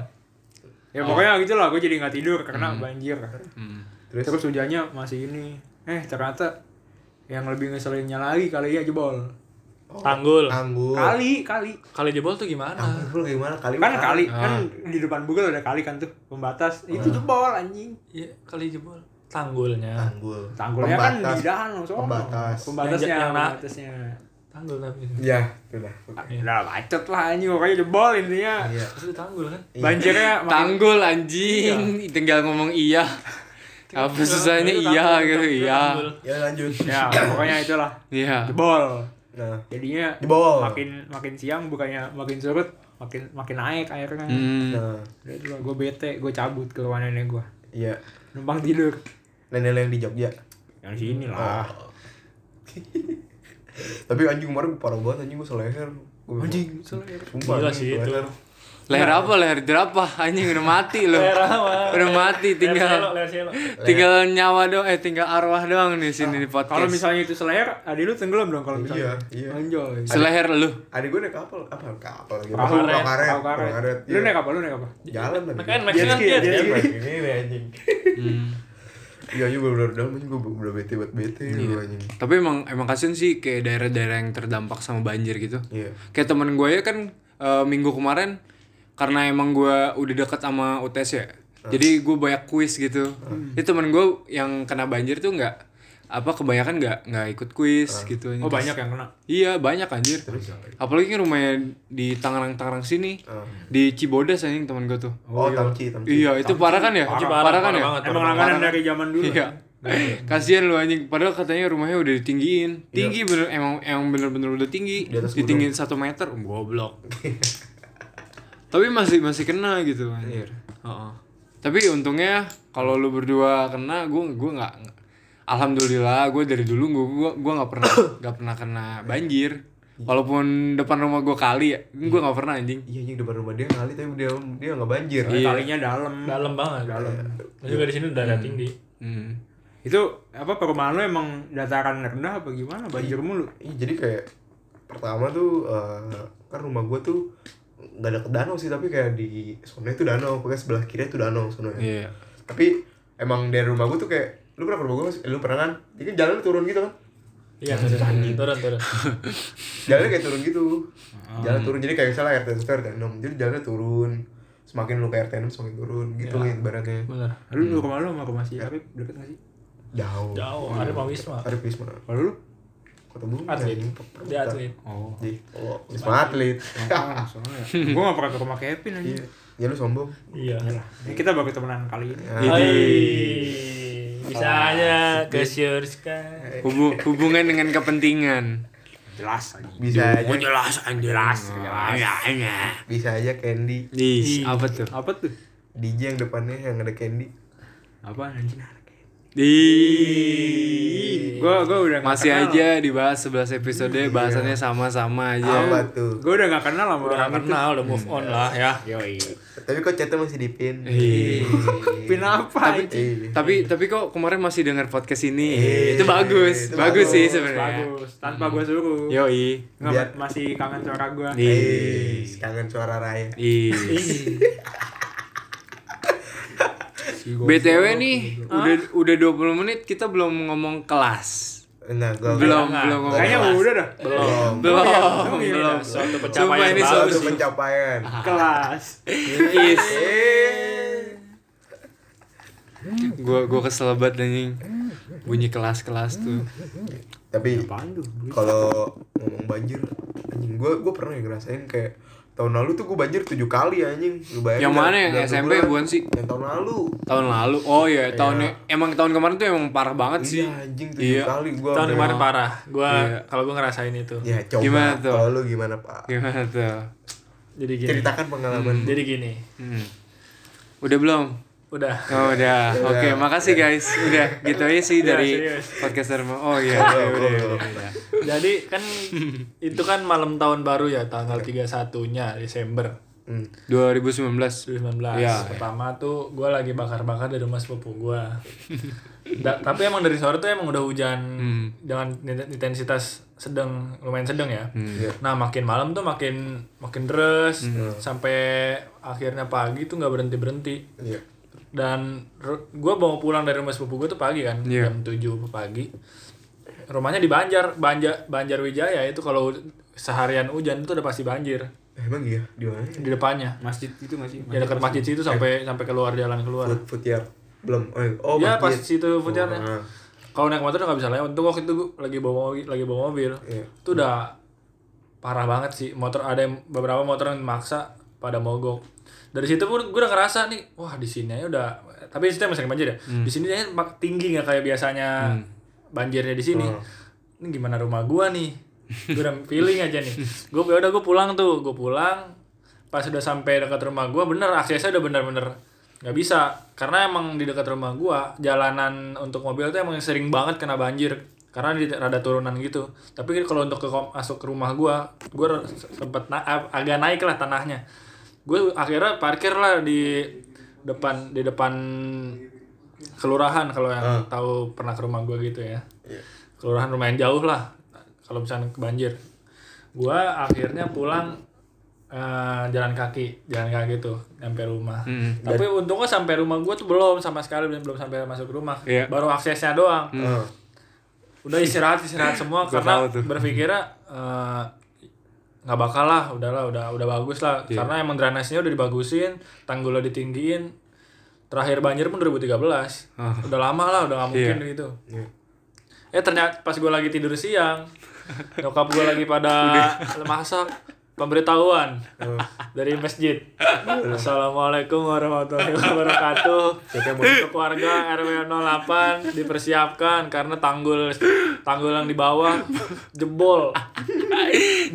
[SPEAKER 3] Ya pokoknya gitu lah, gue jadi nggak tidur karena banjir.
[SPEAKER 2] Hmm.
[SPEAKER 4] Terus
[SPEAKER 3] Terus hujannya masih ini. Eh ternyata yang lebih ngeselinnya lagi kali ya jebol.
[SPEAKER 1] Tanggul.
[SPEAKER 4] Oh, tanggul.
[SPEAKER 3] Kali, kali.
[SPEAKER 1] Kali jebol tuh gimana?
[SPEAKER 4] Tanggul gimana? Kali Ah.
[SPEAKER 3] Kan
[SPEAKER 4] mana?
[SPEAKER 3] kali,
[SPEAKER 2] Ah.
[SPEAKER 3] kan di depan Google ada kali kan tuh pembatas. Itu jebol anjing.
[SPEAKER 1] Iya, kali jebol. Tanggulnya.
[SPEAKER 4] Tanggul.
[SPEAKER 3] Tanggulnya kan
[SPEAKER 4] Pembatas.
[SPEAKER 3] di dahan langsung.
[SPEAKER 4] Pembatas.
[SPEAKER 3] Pembatasnya,
[SPEAKER 1] Yang- yang-
[SPEAKER 3] pembatasnya.
[SPEAKER 1] Tanggul tapi.
[SPEAKER 4] Ya, itulah.
[SPEAKER 3] Udah bacot lah anjing, pokoknya jebol intinya.
[SPEAKER 4] Iya.
[SPEAKER 1] Terus itu tanggul kan?
[SPEAKER 4] Iya.
[SPEAKER 3] Banjirnya makin-
[SPEAKER 2] Tanggul anjing. Tinggal ngomong iya. Apa susahnya
[SPEAKER 1] Itu
[SPEAKER 2] iya
[SPEAKER 1] tanggul,
[SPEAKER 2] gitu,
[SPEAKER 1] itu
[SPEAKER 2] iya.
[SPEAKER 1] tanggul.
[SPEAKER 4] Ya lanjut.
[SPEAKER 3] ya pokoknya itulah
[SPEAKER 2] Iya.
[SPEAKER 3] jebol.
[SPEAKER 4] Nah,
[SPEAKER 3] Jadinya
[SPEAKER 4] Jebol.
[SPEAKER 3] makin makin siang bukannya makin surut, makin makin naik airnya.
[SPEAKER 1] Iya.
[SPEAKER 2] Hmm.
[SPEAKER 4] nah,
[SPEAKER 3] Udah itu gue bete, gue cabut ke rumah nenek gue
[SPEAKER 4] iya.
[SPEAKER 3] Numpang tidur
[SPEAKER 4] Nenek yang di Jogja.
[SPEAKER 3] Yang sini
[SPEAKER 4] Ah. Tapi anjing kemarin parah banget anjing gue seleher. Gua-
[SPEAKER 3] Anjing, soalnya
[SPEAKER 4] Sumpah,
[SPEAKER 1] Gila
[SPEAKER 4] anjing,
[SPEAKER 1] sih itu.
[SPEAKER 4] seleher.
[SPEAKER 2] Leher apa? Leher jerapah anjing udah mati loh.
[SPEAKER 1] Leher apa?
[SPEAKER 2] Udah mati Iya, tinggal
[SPEAKER 1] Leher selo, leher selo.
[SPEAKER 2] tinggal nyawa doang eh tinggal arwah doang di sini di podcast.
[SPEAKER 3] Kalau misalnya itu selayar, adik lu tenggelam dong kalau
[SPEAKER 4] Iya,
[SPEAKER 3] misalnya
[SPEAKER 4] iya.
[SPEAKER 3] Anjoy
[SPEAKER 2] seleher lu.
[SPEAKER 4] Adik gue naik kapal, apa kapal lagi?
[SPEAKER 3] Perahu
[SPEAKER 4] Perahu
[SPEAKER 1] karet,
[SPEAKER 4] karet,
[SPEAKER 3] Perahu karet.
[SPEAKER 4] perahu karet.
[SPEAKER 3] Lu
[SPEAKER 4] iya.
[SPEAKER 3] naik apa? Lu naik apa?
[SPEAKER 4] Jalan lagi. Iya.
[SPEAKER 1] Makanya
[SPEAKER 4] Jet
[SPEAKER 1] Maximilian
[SPEAKER 4] ski,
[SPEAKER 1] Jet
[SPEAKER 4] jet
[SPEAKER 1] ski.
[SPEAKER 4] ski. Ini nih anjing. Iya, anjing gue bener dalam anjing gue udah bete buat bete gue anjing.
[SPEAKER 2] Tapi emang emang kasian sih kayak daerah-daerah yang terdampak sama banjir gitu.
[SPEAKER 4] Iya.
[SPEAKER 2] Kayak temen gue ya kan eh, minggu kemarin karena emang gue udah deket sama UTS ya. Jadi gue banyak kuis gitu. Jadi temen gue yang kena banjir tuh nggak apa kebanyakan nggak nggak ikut kuis gitu.
[SPEAKER 3] Oh banyak yang kena
[SPEAKER 2] Iya banyak anjir. Apalagi rumahnya di Tangerang-Tangerang sini.
[SPEAKER 4] Ah.
[SPEAKER 2] Di Cibodas anjing teman gue tuh.
[SPEAKER 4] Oh, tamci, tamci.
[SPEAKER 2] iya, itu parah kan ya?
[SPEAKER 1] Parah,
[SPEAKER 2] parah,
[SPEAKER 1] parah
[SPEAKER 2] kan ya?
[SPEAKER 1] banget.
[SPEAKER 3] Emang langganan dari zaman dulu
[SPEAKER 2] Iya.
[SPEAKER 4] Nah.
[SPEAKER 2] Kasihan lu anjing. Padahal katanya rumahnya udah ditinggiin. Tinggi bener emang emang bener-bener udah tinggi.
[SPEAKER 4] Iya. Di atas
[SPEAKER 2] Ditinggiin satu meter. Um, Goblok. Tapi masih masih kena gitu
[SPEAKER 4] Iya.
[SPEAKER 2] anjir. Heeh. Tapi untungnya kalau lu berdua kena, gue gua nggak Alhamdulillah, gue dari dulu gue gua gua nggak pernah nggak pernah kena banjir. Walaupun depan rumah gue kali ya, gue nggak pernah anjing.
[SPEAKER 4] Iya anjing depan rumah dia kali tapi dia dia nggak banjir.
[SPEAKER 3] Kalinya dalam.
[SPEAKER 1] Dalam banget.
[SPEAKER 3] Dalam.
[SPEAKER 1] Nah, juga di sini udah ada tinggi.
[SPEAKER 2] Hmm.
[SPEAKER 3] Itu apa perumahan lo emang dataran rendah apa gimana? Banjir mulu.
[SPEAKER 4] Iya jadi kayak pertama tuh eh, kan rumah gue tuh nggak ada danau sih tapi kayak di sononya tuh danau pokoknya sebelah kiri tuh danau sononya
[SPEAKER 2] Iya.
[SPEAKER 4] tapi emang dari rumah gue tuh kayak lu pernah ke rumah gue eh, lu pernah kan jadi kan jalan turun gitu kan
[SPEAKER 1] Iya, turun, turun, turun.
[SPEAKER 4] jalannya kayak turun gitu jalan turun jadi kayak misalnya RT satu RT enam kan, jadi jalannya turun semakin lu ke RT enam semakin turun gitu ya. ibaratnya
[SPEAKER 1] Bener.
[SPEAKER 3] Lu rumah lo sama rumah si Arif deket gak sih?
[SPEAKER 4] jauh
[SPEAKER 1] Jauh, ada Pak Wisma.
[SPEAKER 4] ada Wisma
[SPEAKER 3] Kalau lu?
[SPEAKER 4] kota bumi
[SPEAKER 1] Atlet.
[SPEAKER 4] anjing, per- per-
[SPEAKER 1] Dia atlet.
[SPEAKER 3] Oh.
[SPEAKER 4] jadi oh, Wisma atlet
[SPEAKER 3] Kan, soalnya. Gue gak pernah ke rumah Kevin aja.
[SPEAKER 4] Iya. ya lu sombong
[SPEAKER 1] Iya.
[SPEAKER 3] Ya, kita baru temenan kali ini.
[SPEAKER 4] Iya.
[SPEAKER 1] Hai. Bisa aja ke Syurska.
[SPEAKER 2] Hubu- hubungan dengan kepentingan.
[SPEAKER 3] Jelas aja.
[SPEAKER 4] bisa aja
[SPEAKER 3] Iya.
[SPEAKER 2] jelas, jelas, jelas.
[SPEAKER 4] bisa aja Candy
[SPEAKER 2] Dis, apa tuh?
[SPEAKER 3] Apa tuh?
[SPEAKER 4] DJ yang depannya yang ada Candy
[SPEAKER 3] Apa anjing?
[SPEAKER 2] Di.
[SPEAKER 3] Gue gue udah nggak
[SPEAKER 2] Masih
[SPEAKER 3] kenal.
[SPEAKER 2] aja dibahas 11 episode bahasannya sama-sama
[SPEAKER 4] apa
[SPEAKER 2] aja.
[SPEAKER 4] tuh
[SPEAKER 3] Gue udah gak kenal sama
[SPEAKER 1] Udah
[SPEAKER 3] orang itu.
[SPEAKER 1] kenal, udah move on lah ya.
[SPEAKER 3] Yoi.
[SPEAKER 4] tapi kok chatnya masih di pin
[SPEAKER 2] Ih.
[SPEAKER 3] Pin apa?
[SPEAKER 4] Iya.
[SPEAKER 3] anjing?
[SPEAKER 2] Tapi tapi kok kemarin masih denger podcast ini?
[SPEAKER 4] Eh,
[SPEAKER 2] itu
[SPEAKER 4] itu
[SPEAKER 2] bagus, bagus, sih
[SPEAKER 4] bagus,
[SPEAKER 2] sebenarnya.
[SPEAKER 3] Bagus. Tanpa gue suruh.
[SPEAKER 2] Yoi.
[SPEAKER 3] Nggak,
[SPEAKER 4] Biar-
[SPEAKER 3] masih kangen suara gue.
[SPEAKER 2] Di.
[SPEAKER 4] Eh, kangen suara raya
[SPEAKER 2] Di. BTW nih, udah udah 20 menit kita belum ngomong kelas.
[SPEAKER 4] nah gua
[SPEAKER 2] Belum,
[SPEAKER 1] Enggak.
[SPEAKER 2] belum ngomong
[SPEAKER 3] Kayaknya
[SPEAKER 2] kelas.
[SPEAKER 3] udah dah.
[SPEAKER 4] belum
[SPEAKER 2] Belum,
[SPEAKER 3] Belum, ya.
[SPEAKER 2] belum.
[SPEAKER 1] Suatu
[SPEAKER 2] Sumpah
[SPEAKER 1] pencapaian
[SPEAKER 2] ini
[SPEAKER 1] baru.
[SPEAKER 4] Suatu
[SPEAKER 2] solusi.
[SPEAKER 4] pencapaian
[SPEAKER 3] Kelas.
[SPEAKER 2] Is.
[SPEAKER 4] eh
[SPEAKER 2] Gua gua kesel banget anjing. Bunyi kelas-kelas tuh.
[SPEAKER 4] tapi
[SPEAKER 3] Apaan tuh?
[SPEAKER 4] kalau ngomong banjir anjing gue gue pernah ngerasain kayak tahun lalu tuh gue banjir tujuh kali anjing lu bayangin
[SPEAKER 2] Yang mana
[SPEAKER 4] dalam-
[SPEAKER 2] yang
[SPEAKER 4] dalam
[SPEAKER 2] SMP
[SPEAKER 4] sebulan.
[SPEAKER 2] bukan sih?
[SPEAKER 4] yang tahun lalu
[SPEAKER 2] Tahun lalu. Oh iya, tahun emang tahun kemarin tuh emang parah banget sih.
[SPEAKER 4] iya anjing tujuh
[SPEAKER 2] Iya.
[SPEAKER 4] kali gue
[SPEAKER 1] Tahun kemarin parah. Gua
[SPEAKER 2] Iya.
[SPEAKER 1] kalau gua ngerasain itu.
[SPEAKER 4] ya coba
[SPEAKER 2] Gimana tuh?
[SPEAKER 4] kalau lu gimana pak
[SPEAKER 2] Gimana tuh?
[SPEAKER 1] Jadi gini.
[SPEAKER 4] ceritakan pengalaman
[SPEAKER 1] Jadi gini.
[SPEAKER 2] Hmm. Udah belum?
[SPEAKER 1] Udah. Iya,
[SPEAKER 2] Oh, udah. Oke, makasih guys. Udah, gitu aja sih dari
[SPEAKER 1] serius.
[SPEAKER 2] podcast Dharma. Oh iya,
[SPEAKER 4] Belum,
[SPEAKER 2] udah, udah,
[SPEAKER 4] belum.
[SPEAKER 2] udah, udah.
[SPEAKER 1] Jadi kan itu kan malam tahun baru ya tanggal 31-nya Desember
[SPEAKER 4] Hmm.
[SPEAKER 2] 2019.
[SPEAKER 1] 2019.
[SPEAKER 2] Iya,
[SPEAKER 1] Pertama tuh gue lagi bakar-bakar dari rumah sepupu gue. tapi emang dari sore tuh emang udah hujan dengan intensitas sedang lumayan sedang ya.
[SPEAKER 4] Iya.
[SPEAKER 1] Nah makin malam tuh makin makin deres sampai akhirnya pagi tuh nggak berhenti berhenti.
[SPEAKER 4] Iya.
[SPEAKER 1] dan gue mau pulang dari rumah sepupu gue tuh pagi kan
[SPEAKER 2] Iya.
[SPEAKER 1] jam 7 pagi rumahnya di Banjar Banjar Banjarwijaya itu kalau seharian hujan itu udah pasti banjir
[SPEAKER 4] emang iya di mana
[SPEAKER 1] di depannya
[SPEAKER 3] Masjid itu gak sih?
[SPEAKER 1] ya dekat masjid situ sampai sampai keluar jalan keluar
[SPEAKER 4] Food, food yard. belum oh, oh
[SPEAKER 1] ya
[SPEAKER 2] Iya,
[SPEAKER 4] masjid.
[SPEAKER 1] pas situ putarnya
[SPEAKER 4] Ah.
[SPEAKER 1] kalau naik motor nggak bisa lewat tuh waktu itu gua lagi bawa mobil lagi bawa mobil
[SPEAKER 4] Iya.
[SPEAKER 1] itu udah parah banget sih motor ada yang beberapa motor yang maksa pada mogok dari situ pun gue udah ngerasa nih wah di sini aja udah tapi di situ masih banjir ya di sini aja mak- tinggi nggak kayak biasanya banjirnya di sini ini gimana rumah gua nih gue udah feeling aja nih gue udah gue pulang tuh gue pulang pas udah sampai dekat rumah gua bener aksesnya udah bener-bener nggak bisa karena emang di dekat rumah gua jalanan untuk mobil tuh emang sering banget kena banjir karena di rada turunan gitu tapi kalau untuk ke kom- masuk ke rumah gua gua sempet na- ag- agak naik lah tanahnya gue akhirnya parkir lah di depan di depan kelurahan kalau yang tahu pernah ke rumah gue gitu ya kelurahan lumayan jauh lah kalau misalnya ke banjir gue akhirnya pulang eh, jalan kaki jalan kaki tuh sampai rumah
[SPEAKER 2] Hmm.
[SPEAKER 1] tapi untungnya sampai rumah gue tuh belum sama sekali belum belum sampai masuk rumah
[SPEAKER 2] Iya.
[SPEAKER 1] baru aksesnya doang
[SPEAKER 2] Hmm.
[SPEAKER 4] Ah.
[SPEAKER 1] udah istirahat istirahat semua
[SPEAKER 2] Gua
[SPEAKER 1] karena
[SPEAKER 2] tahu tuh.
[SPEAKER 1] berpikirnya eh, nggak bakal lah udahlah udah udah bagus lah
[SPEAKER 2] Iya.
[SPEAKER 1] karena emang drainasenya udah dibagusin tanggulnya ditinggiin terakhir banjir pun 2013
[SPEAKER 2] Ah.
[SPEAKER 1] udah lama lah udah nggak mungkin gitu
[SPEAKER 4] Iya.
[SPEAKER 1] eh ternyata pas gue lagi tidur siang nyokap gue lagi pada masak pemberitahuan
[SPEAKER 4] Oh,
[SPEAKER 1] dari masjid Assalamualaikum warahmatullahi wabarakatuh untuk warga RW 08 dipersiapkan karena tanggul tanggul yang di bawah jebol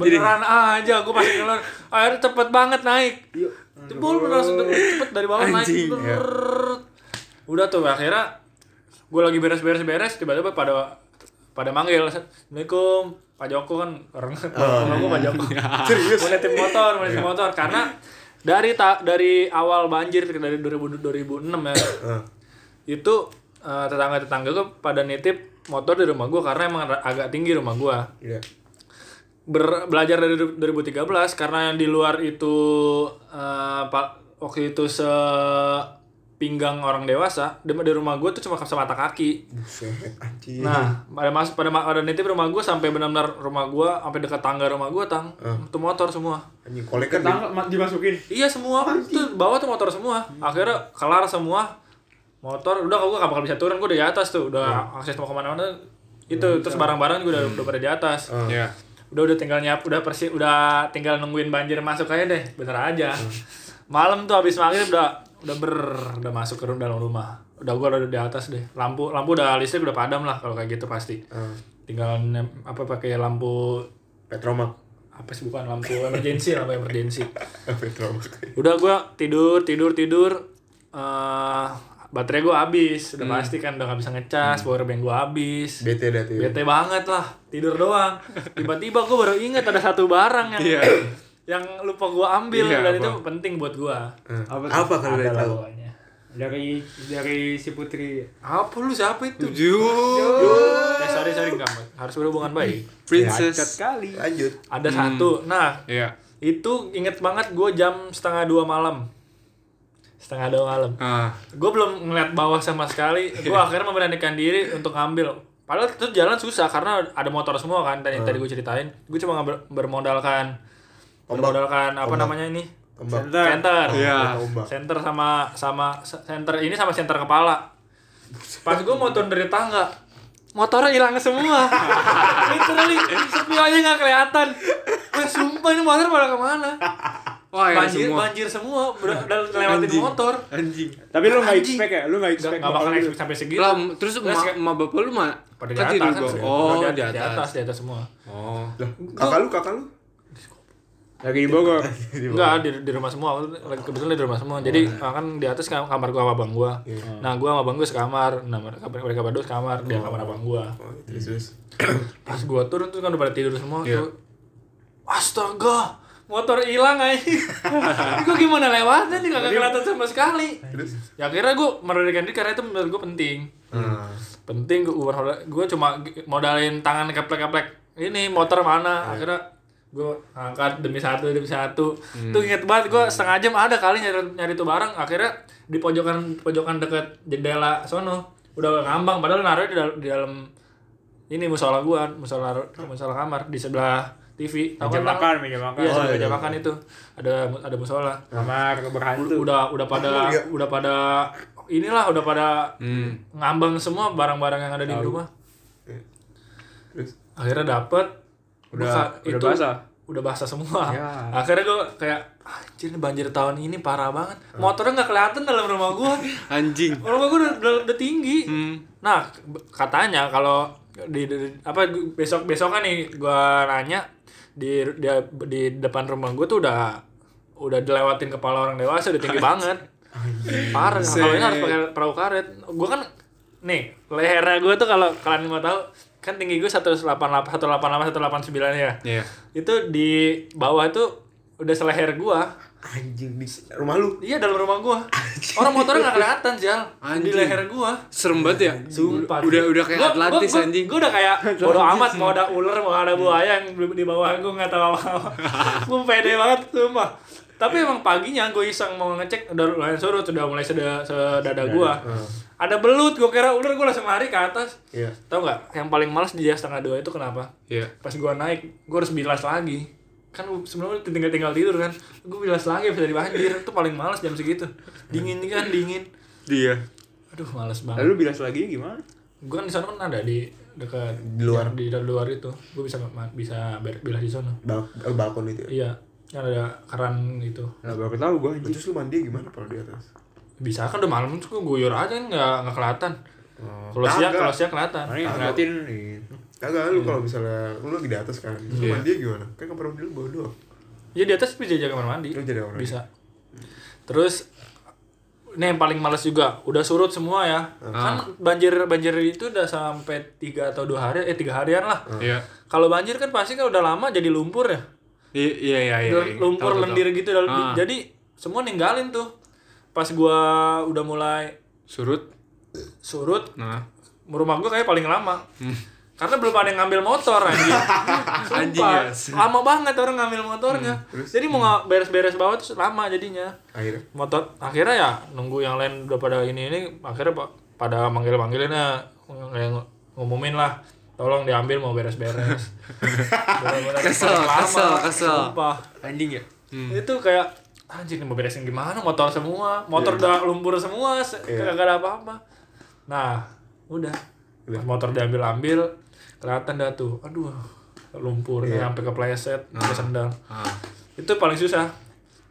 [SPEAKER 1] beneran aja gue pasti keluar air cepet banget naik jebol beneran langsung cepet dari bawah naik
[SPEAKER 2] Anjing.
[SPEAKER 1] Brrrr. udah tuh akhirnya gue lagi beres-beres-beres tiba-tiba pada pada manggil assalamualaikum Pak Joko kan orang orang gue Pak Joko. Serius. Mau nitip motor, mau nitip motor karena dari ta- dari awal banjir dari 2000, 2006 ya.
[SPEAKER 4] ah,
[SPEAKER 1] itu eh, tetangga-tetangga gue pada nitip motor di rumah gue karena emang ra- agak tinggi rumah gue.
[SPEAKER 4] Iya.
[SPEAKER 1] Ber- belajar dari du- 2013 karena yang di luar itu eh, pak waktu itu se pinggang orang dewasa di, di rumah gue tuh cuma semata kaki
[SPEAKER 4] Buset, anjing.
[SPEAKER 1] Nah, pada mas pada ma- pada nitip rumah gue sampai benar-benar rumah gue sampai dekat tangga rumah gue tang, tuh motor semua.
[SPEAKER 4] Anjing kolek kan
[SPEAKER 3] Ketang ma- dimasukin.
[SPEAKER 1] Iya semua tuh bawa tuh motor semua. Akhirnya kelar semua motor. Udah gue gak bakal bisa turun gue udah di atas tuh. Udah akses mau kemana-mana itu terus barang-barang juga udah, udah pada di atas.
[SPEAKER 2] Iya.
[SPEAKER 1] Udah udah tinggal nyiap, udah persi, udah tinggal nungguin banjir masuk aja deh, bener aja. Malam tuh habis maghrib udah udah ber udah masuk ke rum- dalam rumah. Udah gue udah di atas deh. Lampu lampu udah listrik udah padam lah kalau kayak gitu pasti
[SPEAKER 4] Ah,
[SPEAKER 1] tinggal nem, apa pakai lampu
[SPEAKER 4] Petromak.
[SPEAKER 1] apa sih bukan lampu emergency lampu emergency
[SPEAKER 4] Petromak.
[SPEAKER 1] udah gua tidur tidur tidur eh baterai gua habis udah pasti kan udah gak bisa ngecas power bank gua habis
[SPEAKER 4] Bete ya? dah tuh.
[SPEAKER 1] bete banget lah tidur doang tiba-tiba gua baru inget ada satu barang yang
[SPEAKER 2] Iya.
[SPEAKER 1] yang lupa gua ambil
[SPEAKER 2] Iya,
[SPEAKER 1] dan
[SPEAKER 2] apa?
[SPEAKER 1] itu penting buat gua
[SPEAKER 4] Eh,
[SPEAKER 3] Apa
[SPEAKER 4] Apa,
[SPEAKER 3] tuh?
[SPEAKER 4] kalau
[SPEAKER 1] ada
[SPEAKER 4] dia
[SPEAKER 1] lah
[SPEAKER 4] tahu?
[SPEAKER 1] pokoknya
[SPEAKER 3] Dari dari si Putri.
[SPEAKER 1] apa lu siapa itu
[SPEAKER 2] Ju-
[SPEAKER 1] eh, sorry sorry enggak harus berhubungan baik
[SPEAKER 3] Cat
[SPEAKER 1] kan?
[SPEAKER 2] Princess.
[SPEAKER 3] kali.
[SPEAKER 4] Lanjut.
[SPEAKER 1] ada
[SPEAKER 2] Hmm.
[SPEAKER 1] satu nah
[SPEAKER 2] Iya.
[SPEAKER 1] itu inget banget gue jam setengah dua malam setengah dua malam
[SPEAKER 2] Ah,
[SPEAKER 1] gue belum ngeliat bawah sama sekali
[SPEAKER 2] Iya.
[SPEAKER 1] gue akhirnya memberanikan diri untuk ngambil padahal itu jalan susah karena ada motor semua kan tadi tadi gue ceritain gue cuma ber- bermodalkan
[SPEAKER 4] Hmm. Ombak.
[SPEAKER 1] bermodalkan apa namanya ini
[SPEAKER 4] Tombak.
[SPEAKER 1] center
[SPEAKER 2] iya.
[SPEAKER 4] Tombak.
[SPEAKER 1] center sama sama center ini sama center kepala pas gue mau turun dari tangga motornya hilang semua literally spionnya nggak kelihatan Weh, sumpah ini motor pada kemana
[SPEAKER 2] Wah, ya
[SPEAKER 1] banjir
[SPEAKER 2] semua.
[SPEAKER 1] banjir semua ber- dan lewatin
[SPEAKER 2] Anjing.
[SPEAKER 1] motor
[SPEAKER 2] Anjing.
[SPEAKER 3] Tapi lu nggak
[SPEAKER 1] Anjing.
[SPEAKER 3] expect ya? Lu nggak
[SPEAKER 1] nggak
[SPEAKER 3] expect
[SPEAKER 1] nggak bakal
[SPEAKER 3] bakal lu.
[SPEAKER 1] naik sampai segitu
[SPEAKER 2] Lah, terus
[SPEAKER 1] Terus
[SPEAKER 2] ma,
[SPEAKER 1] kayak-
[SPEAKER 2] ma bapak lu mah
[SPEAKER 1] pada di
[SPEAKER 2] kan
[SPEAKER 1] atas
[SPEAKER 2] tidur
[SPEAKER 1] kan,
[SPEAKER 2] bawah.
[SPEAKER 1] sudah.
[SPEAKER 2] Oh,
[SPEAKER 1] Udah
[SPEAKER 2] di
[SPEAKER 1] di atas
[SPEAKER 2] atas.
[SPEAKER 1] di atas semua
[SPEAKER 2] Oh.
[SPEAKER 4] Lah, kakak lu, kakak lu.
[SPEAKER 3] Lagi di Bogor.
[SPEAKER 1] Enggak, di, di rumah semua. Lagi- Kebetulan di rumah semua. Jadi
[SPEAKER 2] Iya.
[SPEAKER 1] kan di atas kam- kamar gua sama abang gua. Nah, gua sama abang gua sekamar. Nah, mereka mereka berdua sekamar, dia kamar abang gua.
[SPEAKER 4] Oh, terus terus.
[SPEAKER 1] Pas gua turun tuh kan udah pada tidur semua tuh. Astaga, motor hilang aja. Ini gua gimana lewatnya nih kagak kelihatan sama sekali. Ya akhirnya gua merendahkan diri karena itu menurut gua penting.
[SPEAKER 4] Ah.
[SPEAKER 1] penting gue gue cuma g- modalin tangan keplek-keplek ini motor mana akhirnya gue angkat demi satu demi satu tuh inget banget gue setengah jam ada kali nyari nyari tuh barang akhirnya di pojokan pojokan deket jendela sono udah ngambang padahal naruh di, dal- di dalam ini musola gua musola musola kamar di sebelah TV Tahu kan,
[SPEAKER 3] Meja
[SPEAKER 1] Lang?
[SPEAKER 3] makan, meja makan.
[SPEAKER 1] iya sebelah meja makan itu ada ada musola
[SPEAKER 3] Kamar berhantu.
[SPEAKER 1] udah udah pada udah pada inilah udah pada
[SPEAKER 2] hmm.
[SPEAKER 1] ngambang semua barang-barang yang ada di rumah
[SPEAKER 3] Iya.
[SPEAKER 4] Terus
[SPEAKER 1] akhirnya dapet
[SPEAKER 3] Udah-
[SPEAKER 1] Maka
[SPEAKER 3] udah basah.
[SPEAKER 1] udah basah semua
[SPEAKER 3] Ya.
[SPEAKER 1] akhirnya gue kayak "Ah, anjir nih banjir tahun ini parah banget
[SPEAKER 3] Ah.
[SPEAKER 1] motornya nggak kelihatan dalam rumah gue
[SPEAKER 2] Anjing.
[SPEAKER 1] rumah gue udah, udah, udah tinggi
[SPEAKER 2] Hmm.
[SPEAKER 1] nah b- katanya kalau di, di- di- apa besok besokan nih gue nanya di, di di depan rumah gue tuh udah udah dilewatin kepala orang dewasa udah tinggi banget parah kalau ini harus pakai perahu karet gue kan nih lehernya gue tuh kalau kalian mau tahu kan tinggi gue 188 188 189 ya
[SPEAKER 2] Iya.
[SPEAKER 1] itu di bawah tuh udah seleher gua
[SPEAKER 4] anjing di rumah lu.
[SPEAKER 1] iya dalam rumah gua orang motornya nggak kelihatan jal di
[SPEAKER 2] Anjing.
[SPEAKER 1] leher gua
[SPEAKER 2] Serem banget ya.
[SPEAKER 1] Sumpah.
[SPEAKER 2] Udah udah kayak
[SPEAKER 1] Gua- gua-
[SPEAKER 2] Atlantis
[SPEAKER 1] gua-
[SPEAKER 2] anjing.
[SPEAKER 1] Gua udah kayak bodo amat mau ada ular, mau ada buaya yang di di bawah gua nggak tahu apa-apa. gua pede banget sumpah. Tapi emang paginya gua iseng mau ngecek udah mulai surut, udah mulai seda, sedada gua. Ada belut, gua kira ular, gua langsung lari ke atas.
[SPEAKER 4] Iya.
[SPEAKER 1] Tahu nggak? Yang paling males di jam setengah dua itu kenapa?
[SPEAKER 2] Iya.
[SPEAKER 1] Pas gua naik, gua harus bilas lagi. Kan sebelumnya tinggal tinggal tidur kan, gua bilas lagi bisa dari banjir. Itu paling males jam segitu. Dingin kan dingin.
[SPEAKER 2] Dia.
[SPEAKER 1] Aduh, males banget
[SPEAKER 3] Lalu bilas lagi ya, gimana?
[SPEAKER 1] gue kan di sana kan ada di dekat
[SPEAKER 4] Di luar.
[SPEAKER 1] di, di luar itu gue bisa ma- bisa ber- bilas di sana
[SPEAKER 4] Bal eh, balkon itu. ya.
[SPEAKER 1] iya yang ada keran gitu. itu
[SPEAKER 3] Nah, baru tahu gua anjing.
[SPEAKER 4] Terus lu mandi gimana kalau di atas?
[SPEAKER 1] bisa kan udah malam tuh gue guyur aja kan nggak nggak kelihatan
[SPEAKER 4] Oh.
[SPEAKER 1] kalau siang kalau siang kelihatan
[SPEAKER 3] Paling ngeliatin
[SPEAKER 4] Kagak lu kalau misalnya lu lagi di atas kan, terus lu mandi gimana? Kan kamar mandi lu bawah doang.
[SPEAKER 1] Iya, ya di atas bisa jaga kamar mandi
[SPEAKER 4] Lu jadi orang.
[SPEAKER 1] bisa terus ini yang paling males juga udah surut semua ya kan banjir banjir itu udah sampai tiga atau dua hari eh tiga harian lah
[SPEAKER 2] Iya.
[SPEAKER 1] kalau banjir kan pasti kan udah lama jadi lumpur ya
[SPEAKER 2] I- Iya iya iya. iya.
[SPEAKER 1] lumpur
[SPEAKER 2] Tahu, tahu,
[SPEAKER 1] lendir
[SPEAKER 2] tahu. Ah.
[SPEAKER 1] gitu dalam- jadi semua ninggalin tuh pas gua udah mulai
[SPEAKER 2] Surut.
[SPEAKER 1] surut
[SPEAKER 2] Nah.
[SPEAKER 1] rumah gua kayak paling lama
[SPEAKER 2] Hmm.
[SPEAKER 1] karena belum ada yang ngambil motor anjing Sumpah,
[SPEAKER 2] Anjing Hmm, ya.
[SPEAKER 1] lama banget orang ngambil motornya jadi mau nga- beres-beres bawah terus lama jadinya
[SPEAKER 4] akhirnya
[SPEAKER 1] motor akhirnya ya nunggu yang lain udah pada ini ini akhirnya pak pada manggil manggilinnya yang ngumumin lah tolong diambil mau beres-beres Bener-bener
[SPEAKER 2] Kesel,
[SPEAKER 1] lama,
[SPEAKER 2] kesel, kesel.
[SPEAKER 1] sumpah.
[SPEAKER 2] Anjing ya.
[SPEAKER 1] itu kayak anjing ini mau beresin gimana motor semua
[SPEAKER 2] Iya.
[SPEAKER 1] motor udah lumpur semua se-
[SPEAKER 4] Iya.
[SPEAKER 1] kagak ada apa-apa nah udah Pas motor diambil-ambil kelihatan dah tuh aduh lumpurnya
[SPEAKER 2] Iya.
[SPEAKER 1] sampai kepleset ke sendal
[SPEAKER 2] Ah.
[SPEAKER 1] itu paling susah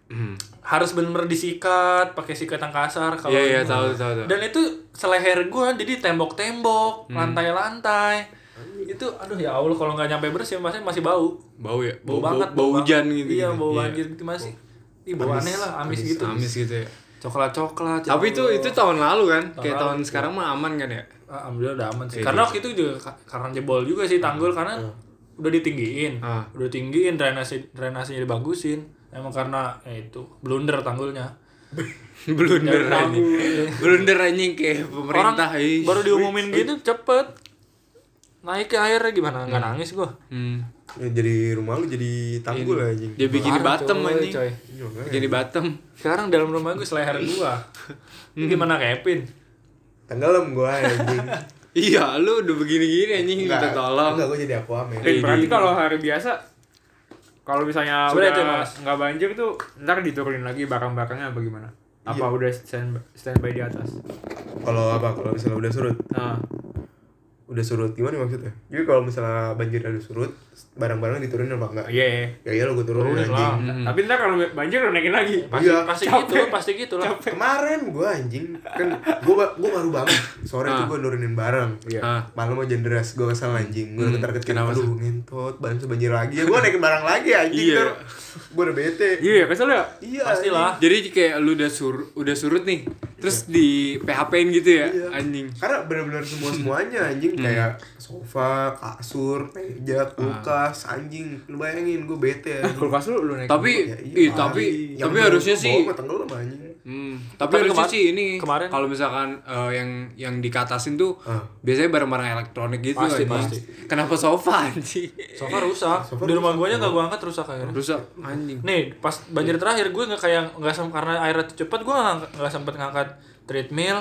[SPEAKER 2] Hmm.
[SPEAKER 1] harus bener-bener disikat pakai sikat yang kasar kalau
[SPEAKER 2] Iya iya
[SPEAKER 1] ini.
[SPEAKER 2] tahu tahu Hmm. tahu.
[SPEAKER 1] dan itu seleher gua jadi tembok-tembok lantai-lantai itu aduh ya allah kalau nggak nyampe bersih masih masih bau
[SPEAKER 2] Bau ya.
[SPEAKER 1] bau, banget
[SPEAKER 2] Bau
[SPEAKER 1] banget.
[SPEAKER 2] hujan gitu.
[SPEAKER 1] iya
[SPEAKER 2] gitu.
[SPEAKER 1] bau banjir gitu masih Ih, bau aneh lah amis, gitu
[SPEAKER 2] Amis gitu ya.
[SPEAKER 1] coklat coklat Ah,
[SPEAKER 2] Tapi itu itu tahun lalu kan? Kayak tahun sekarang
[SPEAKER 1] iya.
[SPEAKER 2] mah aman kan ya?
[SPEAKER 1] alhamdulillah udah aman sih karena waktu itu juga ka- karena jebol juga sih tanggul karena udah ditinggiin
[SPEAKER 2] Ah.
[SPEAKER 1] udah tinggiin drainasi drainasinya dibagusin emang karena ya itu blunder tanggulnya
[SPEAKER 2] Blunder
[SPEAKER 1] Jangan
[SPEAKER 2] anjing.
[SPEAKER 1] tahu.
[SPEAKER 2] Blunder anjing kayak pemerintah. eh.
[SPEAKER 1] orang
[SPEAKER 2] ih.
[SPEAKER 1] baru diumumin gitu cepet naik ke airnya gimana nggak nangis gua
[SPEAKER 2] Hmm.
[SPEAKER 4] Ya, jadi rumah lu jadi tanggul anjing
[SPEAKER 2] Dia bikin di
[SPEAKER 1] Parah,
[SPEAKER 2] Batam
[SPEAKER 1] coy,
[SPEAKER 2] anjing.
[SPEAKER 1] coy.
[SPEAKER 4] Ini makanya.
[SPEAKER 2] Bikin di Batam.
[SPEAKER 1] sekarang dalam rumah gue seleher gua Ini gimana Kevin
[SPEAKER 4] tenggelam gua anjing
[SPEAKER 2] Iya, lu udah begini-gini anjing minta tolong.
[SPEAKER 4] enggak gua jadi Aquaman
[SPEAKER 2] Eh,
[SPEAKER 3] berarti
[SPEAKER 2] di-
[SPEAKER 3] kalau hari biasa kalau misalnya
[SPEAKER 1] Sebenarnya itu yang
[SPEAKER 3] udah
[SPEAKER 1] males.
[SPEAKER 3] nggak banjir tuh ntar diturunin lagi barang-barangnya apa gimana? Apa udah stand standby di atas?
[SPEAKER 4] kalau apa kalau misalnya udah surut
[SPEAKER 3] Nah,
[SPEAKER 4] udah surut gimana maksudnya jadi kalau misalnya banjir udah surut barang-barang diturunin apa enggak
[SPEAKER 3] iya. iya.
[SPEAKER 4] ya iyalah gua turunin
[SPEAKER 1] Turunin
[SPEAKER 4] anjing
[SPEAKER 3] Tapi ntar kalau banjir udah naikin lagi.
[SPEAKER 1] pasti
[SPEAKER 4] Iya.
[SPEAKER 1] pasti gitu pasti gitu lah
[SPEAKER 4] kemarin gua anjing kan gua gua baru banget sore tuh gua nurunin barang
[SPEAKER 2] Ah.
[SPEAKER 4] malam aja deras gua kesal anjing gua ketar ketir
[SPEAKER 2] kenapa
[SPEAKER 4] aduh ngentot badan tuh banjir lagi ya gua naikin barang lagi anjing
[SPEAKER 2] Iya.
[SPEAKER 4] ntar gua udah bete
[SPEAKER 3] Iya, kesel ya?
[SPEAKER 4] iya
[SPEAKER 1] pastilah
[SPEAKER 2] Jadi kayak lu udah sur udah surut nih,
[SPEAKER 1] Iya.
[SPEAKER 2] terus di PHP-in gitu ya,
[SPEAKER 4] Iya.
[SPEAKER 2] anjing.
[SPEAKER 4] karena benar-benar semua semuanya anjing kayak sofa kasur meja kulkas anjing lu bayangin gua bete anjing
[SPEAKER 3] Kulkas lu lu naikin.
[SPEAKER 2] Tapi
[SPEAKER 1] gitu.
[SPEAKER 4] Ya, iya,
[SPEAKER 2] ih,
[SPEAKER 4] mari.
[SPEAKER 2] tapi
[SPEAKER 4] Yang
[SPEAKER 2] tapi
[SPEAKER 4] bener,
[SPEAKER 2] harusnya sih
[SPEAKER 4] bohong, tenggelam anjing
[SPEAKER 2] Hmm, tapi,
[SPEAKER 1] Tapi
[SPEAKER 2] harusnya
[SPEAKER 1] kemar-
[SPEAKER 2] sih ini
[SPEAKER 1] kemarin-
[SPEAKER 2] kalau misalkan eh, yang yang dikatasin tuh
[SPEAKER 4] Ah.
[SPEAKER 2] biasanya barang-barang elektronik gitu
[SPEAKER 1] Pasti,
[SPEAKER 2] anjing.
[SPEAKER 1] pasti.
[SPEAKER 2] Kenapa sofa anjing?
[SPEAKER 1] sofa rusak di rumah gue aja nggak gue angkat rusak akhirnya
[SPEAKER 2] Rusak anjing.
[SPEAKER 1] nih pas banjir terakhir gue nggak kayak nggak sem- karena airnya tuh cepet gue nggak nggak sempet ngangkat treadmill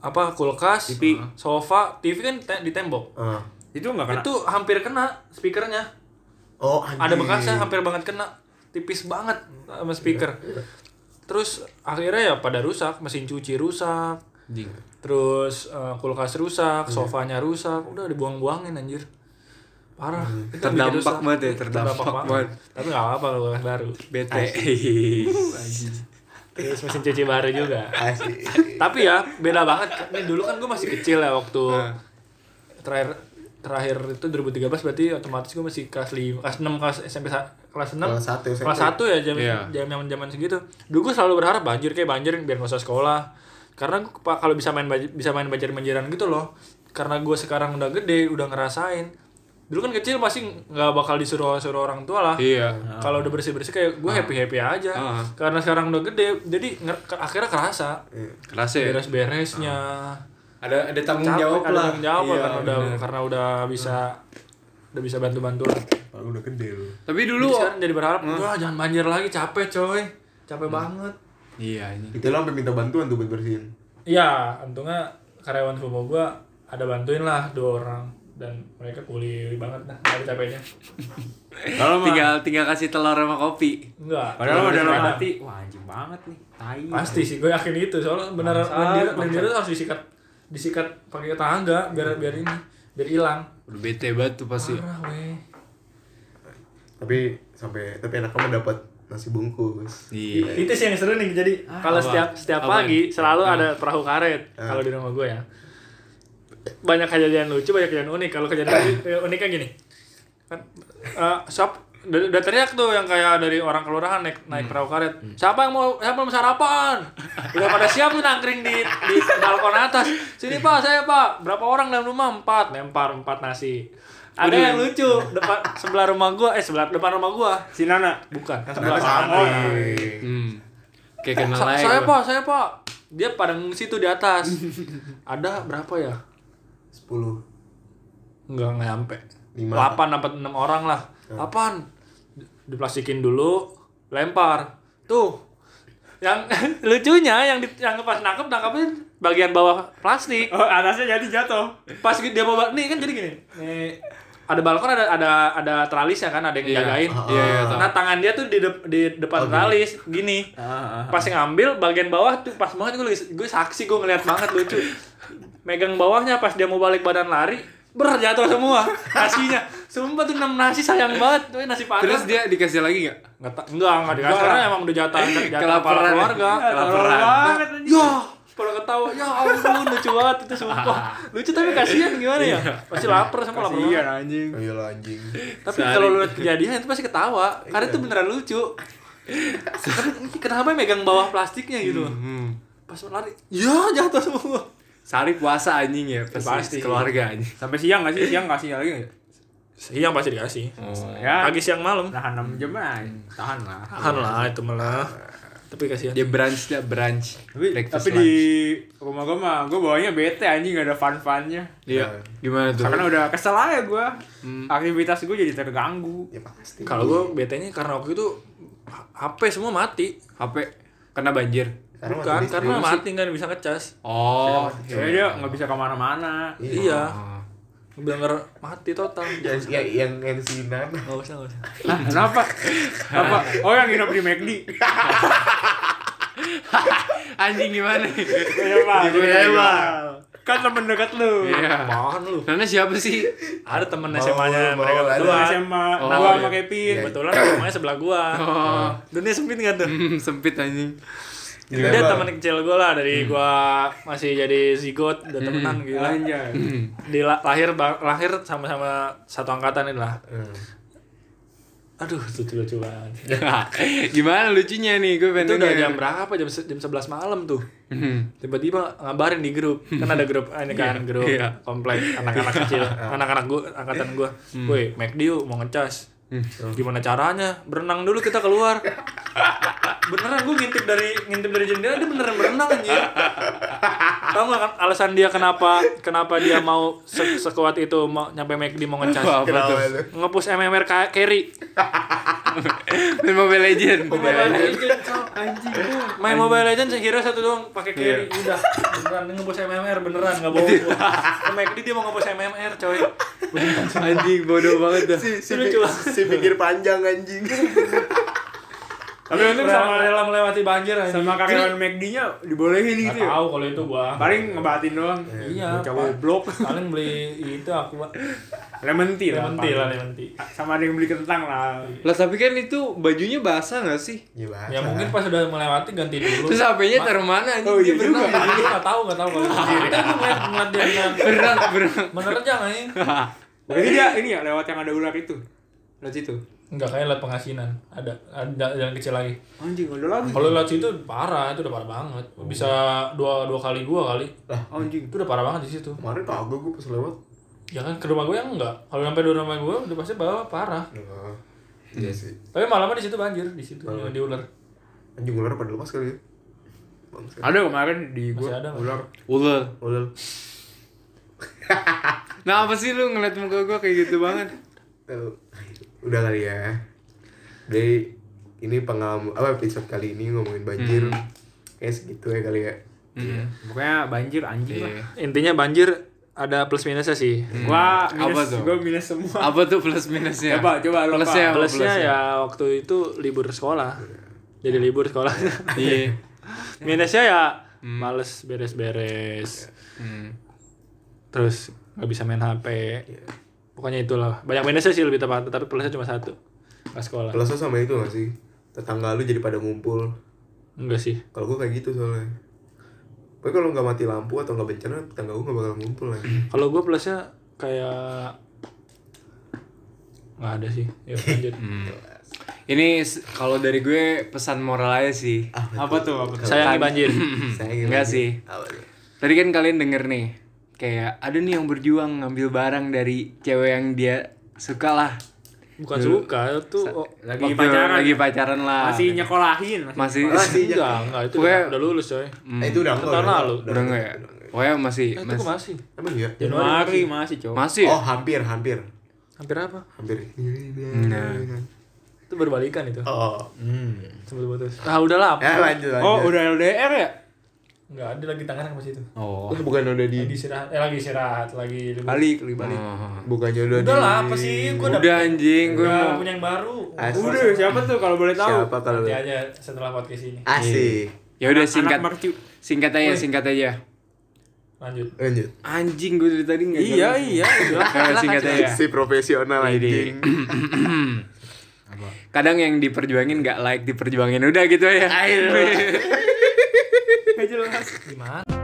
[SPEAKER 1] apa kulkas sofa TV kan te- di tembok
[SPEAKER 4] Ah.
[SPEAKER 3] itu nggak kena.
[SPEAKER 1] itu hampir kena speakernya
[SPEAKER 4] oh anjing
[SPEAKER 1] ada bekasnya hampir banget kena tipis banget sama speaker terus akhirnya ya pada rusak mesin cuci rusak
[SPEAKER 2] Anjing.
[SPEAKER 1] terus eh, kulkas
[SPEAKER 2] Iya.
[SPEAKER 1] rusak sofanya rusak udah dibuang-buangin anjir parah Itu yang bikin
[SPEAKER 2] Hmm, Terdampak
[SPEAKER 1] rusak.
[SPEAKER 2] banget ya, terdampak banget.
[SPEAKER 1] tapi nggak apa-apa kalau kulkas baru
[SPEAKER 2] Bete.
[SPEAKER 1] terus mesin cuci baru juga
[SPEAKER 4] Asik.
[SPEAKER 1] tapi ya beda banget ini dulu kan gue masih kecil ya waktu
[SPEAKER 4] Nah.
[SPEAKER 1] terakhir terakhir itu 2013 berarti otomatis gue masih kelas 5 kelas 6 kelas SMP sa- kelas 6
[SPEAKER 4] Kelas satu SMP.
[SPEAKER 1] kelas 1 ya jam
[SPEAKER 2] Iya.
[SPEAKER 1] jam zaman zaman segitu dulu gue selalu berharap banjir kayak banjir biar gak usah sekolah karena gua pa- kalau bisa main baj- bisa main banjir banjiran gitu loh karena gue sekarang udah gede udah ngerasain dulu kan kecil pasti nggak bakal disuruh suruh orang tua lah
[SPEAKER 2] iya.
[SPEAKER 1] kalau udah bersih bersih kayak gue happy happy aja
[SPEAKER 2] Ah.
[SPEAKER 1] karena sekarang udah gede jadi nger- ke- akhirnya kerasa
[SPEAKER 2] Keras ya.
[SPEAKER 1] beres beresnya
[SPEAKER 2] Ada ada
[SPEAKER 1] capek
[SPEAKER 2] tanggung jawab
[SPEAKER 1] ada
[SPEAKER 2] Ah. lah.
[SPEAKER 1] tanggung jawab
[SPEAKER 2] Iya,
[SPEAKER 1] karena udah
[SPEAKER 2] bener.
[SPEAKER 1] karena udah bisa udah bisa bantu bantu lah
[SPEAKER 4] Kalau udah gede lu.
[SPEAKER 2] Tapi
[SPEAKER 1] lu
[SPEAKER 2] dulu
[SPEAKER 1] sekarang jadi berharap
[SPEAKER 2] Hmm.
[SPEAKER 1] wah jangan banjir lagi capek coy capek banget
[SPEAKER 2] Iya anjing.
[SPEAKER 4] Itu lo sampai minta bantuan tuh buat bersihin.
[SPEAKER 1] ya untungnya karyawan rumah gua ada bantuin lah dua orang dan mereka kuli banget dah ada capeknya
[SPEAKER 3] Kalau mah
[SPEAKER 2] Tinggal tinggal kasih telur sama kopi.
[SPEAKER 1] enggak
[SPEAKER 3] padahal mah dalam
[SPEAKER 1] Kadang.
[SPEAKER 3] hati, wah anjing banget nih. Tai.
[SPEAKER 1] pasti sih gue yakin itu soalnya benar banjir banjir itu harus disikat disikat pakai tangga biar biar ini biar hilang
[SPEAKER 2] Udah bete banget tuh pasti.
[SPEAKER 1] parah weh
[SPEAKER 4] Tapi sampai tapi enak kamu dapat nasi bungkus.
[SPEAKER 2] Iya.
[SPEAKER 1] Itu sih yang seru nih. Jadi kalau setiap setiap
[SPEAKER 2] Apaan?
[SPEAKER 1] pagi selalu ada perahu karet kalau di rumah gue ya. Banyak kejadian lucu, banyak kejadian unik. Kalau kejadian unik- eh, uniknya gini. Kan eh, siap- udah, udah teriak tuh yang kayak dari orang kelurahan naik naik perahu karet. Siapa yang mau siapa yang mau sarapan? Udah pada siap tuh nangkring di di balkon atas. Sini Pak, saya Pak. Berapa orang dalam rumah? Empat. Lempar empat nasi. Ada yang lucu depan sebelah rumah gua eh sebelah depan rumah gua.
[SPEAKER 5] Si Nana.
[SPEAKER 1] Bukan.
[SPEAKER 4] Ternyata
[SPEAKER 1] Oh,
[SPEAKER 4] sama.
[SPEAKER 1] iya.
[SPEAKER 2] Hmm. Kayak
[SPEAKER 1] Eh,
[SPEAKER 2] kenal
[SPEAKER 1] Sa-
[SPEAKER 2] aja.
[SPEAKER 1] saya
[SPEAKER 2] gua.
[SPEAKER 1] Pak, saya Pak. Dia pada ngungsi tuh di atas. Ada berapa ya?
[SPEAKER 4] 10.
[SPEAKER 1] Enggak nggak nyampe.
[SPEAKER 4] Lima.
[SPEAKER 1] 8 apa 6 orang lah. Apaan? Di- Diplastikin dulu, lempar. Tuh. Yang lucunya yang di, yang pas nangkep nangkepnya bagian bawah plastik.
[SPEAKER 5] Oh, atasnya jadi jatuh.
[SPEAKER 1] Pas dia bawa nih kan jadi gini. Nih, ada balkon ada ada ada tralisnya kan, ada yang
[SPEAKER 2] Iya.
[SPEAKER 1] jagain.
[SPEAKER 2] Iya, iya, tahu.
[SPEAKER 1] Nah, tangan dia tuh di dep- di
[SPEAKER 2] Oh,
[SPEAKER 1] depan tralis gini.
[SPEAKER 2] Ah,
[SPEAKER 1] Pas ngambil bagian bawah tuh pas banget gue lagi- gue saksi gue ngeliat banget lucu. Megang bawahnya pas dia mau balik badan lari, ber jatuh semua nasinya. Sumpah tuh enam nasi sayang banget, tuh nasi panas.
[SPEAKER 2] Terus dia dikasih lagi nggak?
[SPEAKER 1] Nggak ta- enggak enggak dikasih karena emang udah jatah jatah kepala
[SPEAKER 2] Kelaparan ya.
[SPEAKER 1] keluarga.
[SPEAKER 2] Kelaparan.
[SPEAKER 5] Banget anjing.
[SPEAKER 1] Ya, kalau ketawa, ya ampun lucu banget itu sumpah. Lucu tapi kasihan gimana ya? Pasti lapar semua lapar. banget.
[SPEAKER 3] Iya anjing.
[SPEAKER 4] Oh, iyalah anjing.
[SPEAKER 1] Tapi kalau lu lihat kejadian itu pasti ketawa karena itu beneran lucu. Karena ini kenapa megang bawah plastiknya gitu? Pas lari, ya jatuh semua.
[SPEAKER 2] Sehari puasa anjing ya, pasti,
[SPEAKER 1] Pasti.
[SPEAKER 2] keluarga anjing.
[SPEAKER 5] Sampai siang nggak sih? Siang kasih lagi nggak?
[SPEAKER 1] Siang pasti dikasih.
[SPEAKER 5] Ya.
[SPEAKER 1] Pagi siang malam.
[SPEAKER 5] Tahan 6 jam aja. Tahan lah.
[SPEAKER 1] Tahan lah itu malah. Tapi kasihan.
[SPEAKER 2] Dia brunch dia brunch.
[SPEAKER 5] iya. Tapi,
[SPEAKER 2] Breakfast,
[SPEAKER 5] tapi di rumah gue mah gue bawanya bete anjing gak ada fun-funnya.
[SPEAKER 2] lunch. iya. Gimana tuh?
[SPEAKER 5] Karena udah kesel aja gue. Hmm. Aktivitas gue jadi terganggu.
[SPEAKER 4] Ya pasti.
[SPEAKER 1] Kalau gue betenya karena waktu itu H- HP semua mati.
[SPEAKER 2] HP kena banjir.
[SPEAKER 4] Karena
[SPEAKER 1] Bukan,
[SPEAKER 4] waktu
[SPEAKER 1] karena mati nggak bisa ngecas.
[SPEAKER 2] Oh.
[SPEAKER 5] Soalnya dia Ya nggak bisa kemana-mana.
[SPEAKER 1] Iya. Bener mati total.
[SPEAKER 4] itu- yang yang yang, yang si Nana.
[SPEAKER 1] Nggak usah, nggak usah.
[SPEAKER 5] Lah, kenapa? Apa? Oh, yang nginep di McD.
[SPEAKER 2] anjing gimana?
[SPEAKER 5] Iya, Pak.
[SPEAKER 2] Di Gunung Lebar.
[SPEAKER 5] Kan temen dekat lu.
[SPEAKER 2] Iya.
[SPEAKER 1] Apaan lu?
[SPEAKER 2] Nana siapa sih?
[SPEAKER 1] Ada temen
[SPEAKER 4] Bawa,
[SPEAKER 1] SMA-nya
[SPEAKER 4] bawa
[SPEAKER 1] mereka
[SPEAKER 4] lah,
[SPEAKER 1] berdua.
[SPEAKER 5] Dua SMA,
[SPEAKER 2] Oh,
[SPEAKER 5] gua
[SPEAKER 2] iya.
[SPEAKER 5] sama Kevin.
[SPEAKER 1] Kebetulan rumahnya sebelah gua.
[SPEAKER 2] Oh.
[SPEAKER 1] Dunia sempit nggak tuh?
[SPEAKER 2] Hmm, Iya, sempit anjing.
[SPEAKER 1] Dia teman kecil gue lah dari
[SPEAKER 2] Hmm.
[SPEAKER 1] gua masih jadi zigot udah temenan gitu.
[SPEAKER 5] Anjay.
[SPEAKER 1] Di la- lahir ba- lahir sama-sama satu angkatan ini lah.
[SPEAKER 4] Hmm.
[SPEAKER 1] Aduh, lucu lucu banget.
[SPEAKER 2] gimana lucunya nih? Gue
[SPEAKER 1] Itu
[SPEAKER 2] pengen
[SPEAKER 1] udah
[SPEAKER 2] denger.
[SPEAKER 1] jam berapa? Jam se- jam 11 malam tuh.
[SPEAKER 2] Hmm.
[SPEAKER 1] Tiba-tiba ngabarin di grup. Kan ada grup ini kan grup
[SPEAKER 2] iya.
[SPEAKER 1] komplek anak-anak kecil, anak-anak gua angkatan gua.
[SPEAKER 2] Hmm.
[SPEAKER 1] Woi, McD yuk, mau ngecas. Gimana caranya? Berenang dulu kita keluar. beneran gue ngintip dari ngintip dari jendela dia beneran berenang anjir tau gak kan alasan dia kenapa kenapa dia mau se- sekuat itu mau nyampe McD mau
[SPEAKER 2] Apa,
[SPEAKER 1] ngecas
[SPEAKER 2] apa tuh?
[SPEAKER 4] Kenapa itu?
[SPEAKER 1] ngepus MMR ka- carry
[SPEAKER 2] Main Mobile Iya. Legend.
[SPEAKER 5] Oh,
[SPEAKER 1] Mobile Legends anjing main Mobile Legends hero satu doang pakai carry udah beneran dia ngepus MMR beneran nggak bohong gua. ke McD dia mau ngepus MMR coy
[SPEAKER 2] anjing bodoh banget dah.
[SPEAKER 4] Si, si,
[SPEAKER 1] Lucu.
[SPEAKER 4] si pikir panjang anjing.
[SPEAKER 5] Tapi untung sama
[SPEAKER 1] sama rela melewati banjir anjing
[SPEAKER 5] sama karyawan McD-nya dibolehin gitu ya.
[SPEAKER 1] tahu kalau itu gua
[SPEAKER 5] Paling ngebatin doang.
[SPEAKER 1] iya
[SPEAKER 5] Bocah
[SPEAKER 1] coba
[SPEAKER 5] goblok.
[SPEAKER 1] paling beli itu aku
[SPEAKER 5] Lemon tea lah.
[SPEAKER 1] lementi lah lementi
[SPEAKER 5] Sama ada yang beli kentang lah.
[SPEAKER 2] Lah tapi kan itu bajunya basah gak sih?
[SPEAKER 4] Gimana?
[SPEAKER 1] Ya mungkin pas udah melewati ganti dulu.
[SPEAKER 2] Terus HP-nya taruh mana anjing?
[SPEAKER 5] Oh,
[SPEAKER 2] Dia
[SPEAKER 5] iya
[SPEAKER 2] berenang.
[SPEAKER 1] Nah, Gue nggak tahu nggak tahu kalau itu sendiri. Kan gue ngeliat ngeliat dia bilang
[SPEAKER 2] Berenang, berenang.
[SPEAKER 1] menerjang aja.
[SPEAKER 5] Berarti dia ini ya lewat yang ada ular itu. Lewat situ.
[SPEAKER 1] Enggak kayak liat pengasinan. Ada ada jalan kecil lagi.
[SPEAKER 5] Anjing ada lagi.
[SPEAKER 1] Kalau liat situ parah, itu udah parah banget. Bisa dua dua kali gua kali.
[SPEAKER 5] Anjing.
[SPEAKER 1] Itu udah parah banget di situ.
[SPEAKER 4] Kemarin kagak gue pas lewat.
[SPEAKER 1] Ya kan ke rumah gue yang enggak. Kalau sampai di rumah gue udah pasti bawa parah.
[SPEAKER 4] Nah, Iya sih.
[SPEAKER 1] Tapi malamnya di situ banjir di situ yang di ular.
[SPEAKER 4] Anjing ular pada lepas kali ya. Bangsa.
[SPEAKER 5] Ada kemarin di
[SPEAKER 1] Masih
[SPEAKER 5] gua
[SPEAKER 1] ada nggak?
[SPEAKER 5] ular.
[SPEAKER 2] Ulul.
[SPEAKER 4] Ular.
[SPEAKER 2] Nah apa sih lu ngeliat muka gua kayak gitu banget?
[SPEAKER 4] Eh, Udah kali ya. Jadi ini pengalaman apa episode kali ini ngomongin banjir. Kayak segitu ya kali ya.
[SPEAKER 5] Iya. Pokoknya banjir
[SPEAKER 2] Iya.
[SPEAKER 5] anjing lah.
[SPEAKER 1] Intinya banjir ada plus minusnya sih.
[SPEAKER 5] Gua
[SPEAKER 2] Apa
[SPEAKER 5] minus,
[SPEAKER 2] tuh?
[SPEAKER 5] gua minus semua.
[SPEAKER 2] Apa tuh plus minusnya?
[SPEAKER 5] Coba, coba, lu, Pak.
[SPEAKER 2] Plusnya apa
[SPEAKER 1] Plusnya
[SPEAKER 2] plusnya?
[SPEAKER 1] ya waktu itu libur sekolah. Jadi libur sekolah.
[SPEAKER 2] Iya.
[SPEAKER 1] Minusnya ya males beres-beres.
[SPEAKER 2] Hmm.
[SPEAKER 1] terus nggak bisa main HP pokoknya itulah banyak minusnya sih lebih tepat tapi plusnya cuma satu pas sekolah
[SPEAKER 4] Plusnya sama itu gak sih? Tetangga lu jadi pada ngumpul.
[SPEAKER 1] enggak sih
[SPEAKER 4] Kalau gue kayak gitu soalnya. Pokoknya kalau nggak mati lampu atau nggak bencana, tetangga gue nggak bakal ngumpul lagi.
[SPEAKER 1] kalau gue plusnya kayak nggak ada sih ya lanjut
[SPEAKER 2] Ini s- kalau dari gue pesan moral aja sih.
[SPEAKER 5] Apa tuh? Apa tuh?
[SPEAKER 1] sayangi banjir
[SPEAKER 4] Saya
[SPEAKER 2] Enggak sih. Tadi kan kalian denger nih, kayak ada nih yang berjuang ngambil barang dari cewek yang dia suka lah.
[SPEAKER 1] bukan suka itu oh,
[SPEAKER 5] Lagi
[SPEAKER 2] Waktu
[SPEAKER 5] pacaran.
[SPEAKER 2] lagi pacaran lah.
[SPEAKER 5] Masih nyekolahin. Masih.
[SPEAKER 2] masih
[SPEAKER 1] enggak enggak itu
[SPEAKER 2] Pokoknya-
[SPEAKER 1] udah, udah lulus coy
[SPEAKER 4] Eh, itu udah
[SPEAKER 1] Tahun
[SPEAKER 4] enggak. udah
[SPEAKER 1] lalu.
[SPEAKER 4] enggak.
[SPEAKER 2] udah enggak ya? Pokoknya masih
[SPEAKER 1] Eh, itu
[SPEAKER 2] mas-
[SPEAKER 1] kok masih
[SPEAKER 4] Emang iya?
[SPEAKER 5] Januari masih, cowok.
[SPEAKER 2] masih. ya?
[SPEAKER 4] Oh, hampir, hampir.
[SPEAKER 1] hampir apa
[SPEAKER 4] Hampir.
[SPEAKER 2] Nah.
[SPEAKER 1] itu berbalikan itu
[SPEAKER 4] Oh.
[SPEAKER 1] sempat putus ah udahlah
[SPEAKER 4] Ya, lanjut lanjut.
[SPEAKER 5] Oh, udah LDR ya?
[SPEAKER 1] nggak ada lagi tangan sama situ
[SPEAKER 2] Oh.
[SPEAKER 4] Itu bukan udah di
[SPEAKER 1] lagi istirahat eh lagi istirahat lagi libur.
[SPEAKER 5] Balik, balik.
[SPEAKER 4] oh, bukannya udah di
[SPEAKER 1] udahlah apa sih gue
[SPEAKER 2] Udah anjing gue
[SPEAKER 1] udah
[SPEAKER 2] mau.
[SPEAKER 1] punya yang baru
[SPEAKER 4] Asik.
[SPEAKER 5] Udah, siapa tuh kalau boleh tahu?
[SPEAKER 4] Siapa kalau
[SPEAKER 1] nanti aja setelah podcast ini
[SPEAKER 4] Asik.
[SPEAKER 2] Ya udah
[SPEAKER 5] Anak
[SPEAKER 2] singkat.
[SPEAKER 5] mercu.
[SPEAKER 2] Singkat aja, singkat aja.
[SPEAKER 1] lanjut
[SPEAKER 4] Lanjut.
[SPEAKER 2] Anjing gue dari tadi enggak.
[SPEAKER 5] Iya, iya, iya.
[SPEAKER 2] singkat aja.
[SPEAKER 4] Si profesional
[SPEAKER 2] Jadi-
[SPEAKER 4] anjing.
[SPEAKER 2] Kadang yang diperjuangin nggak like diperjuangin udah gitu ya.
[SPEAKER 1] gimana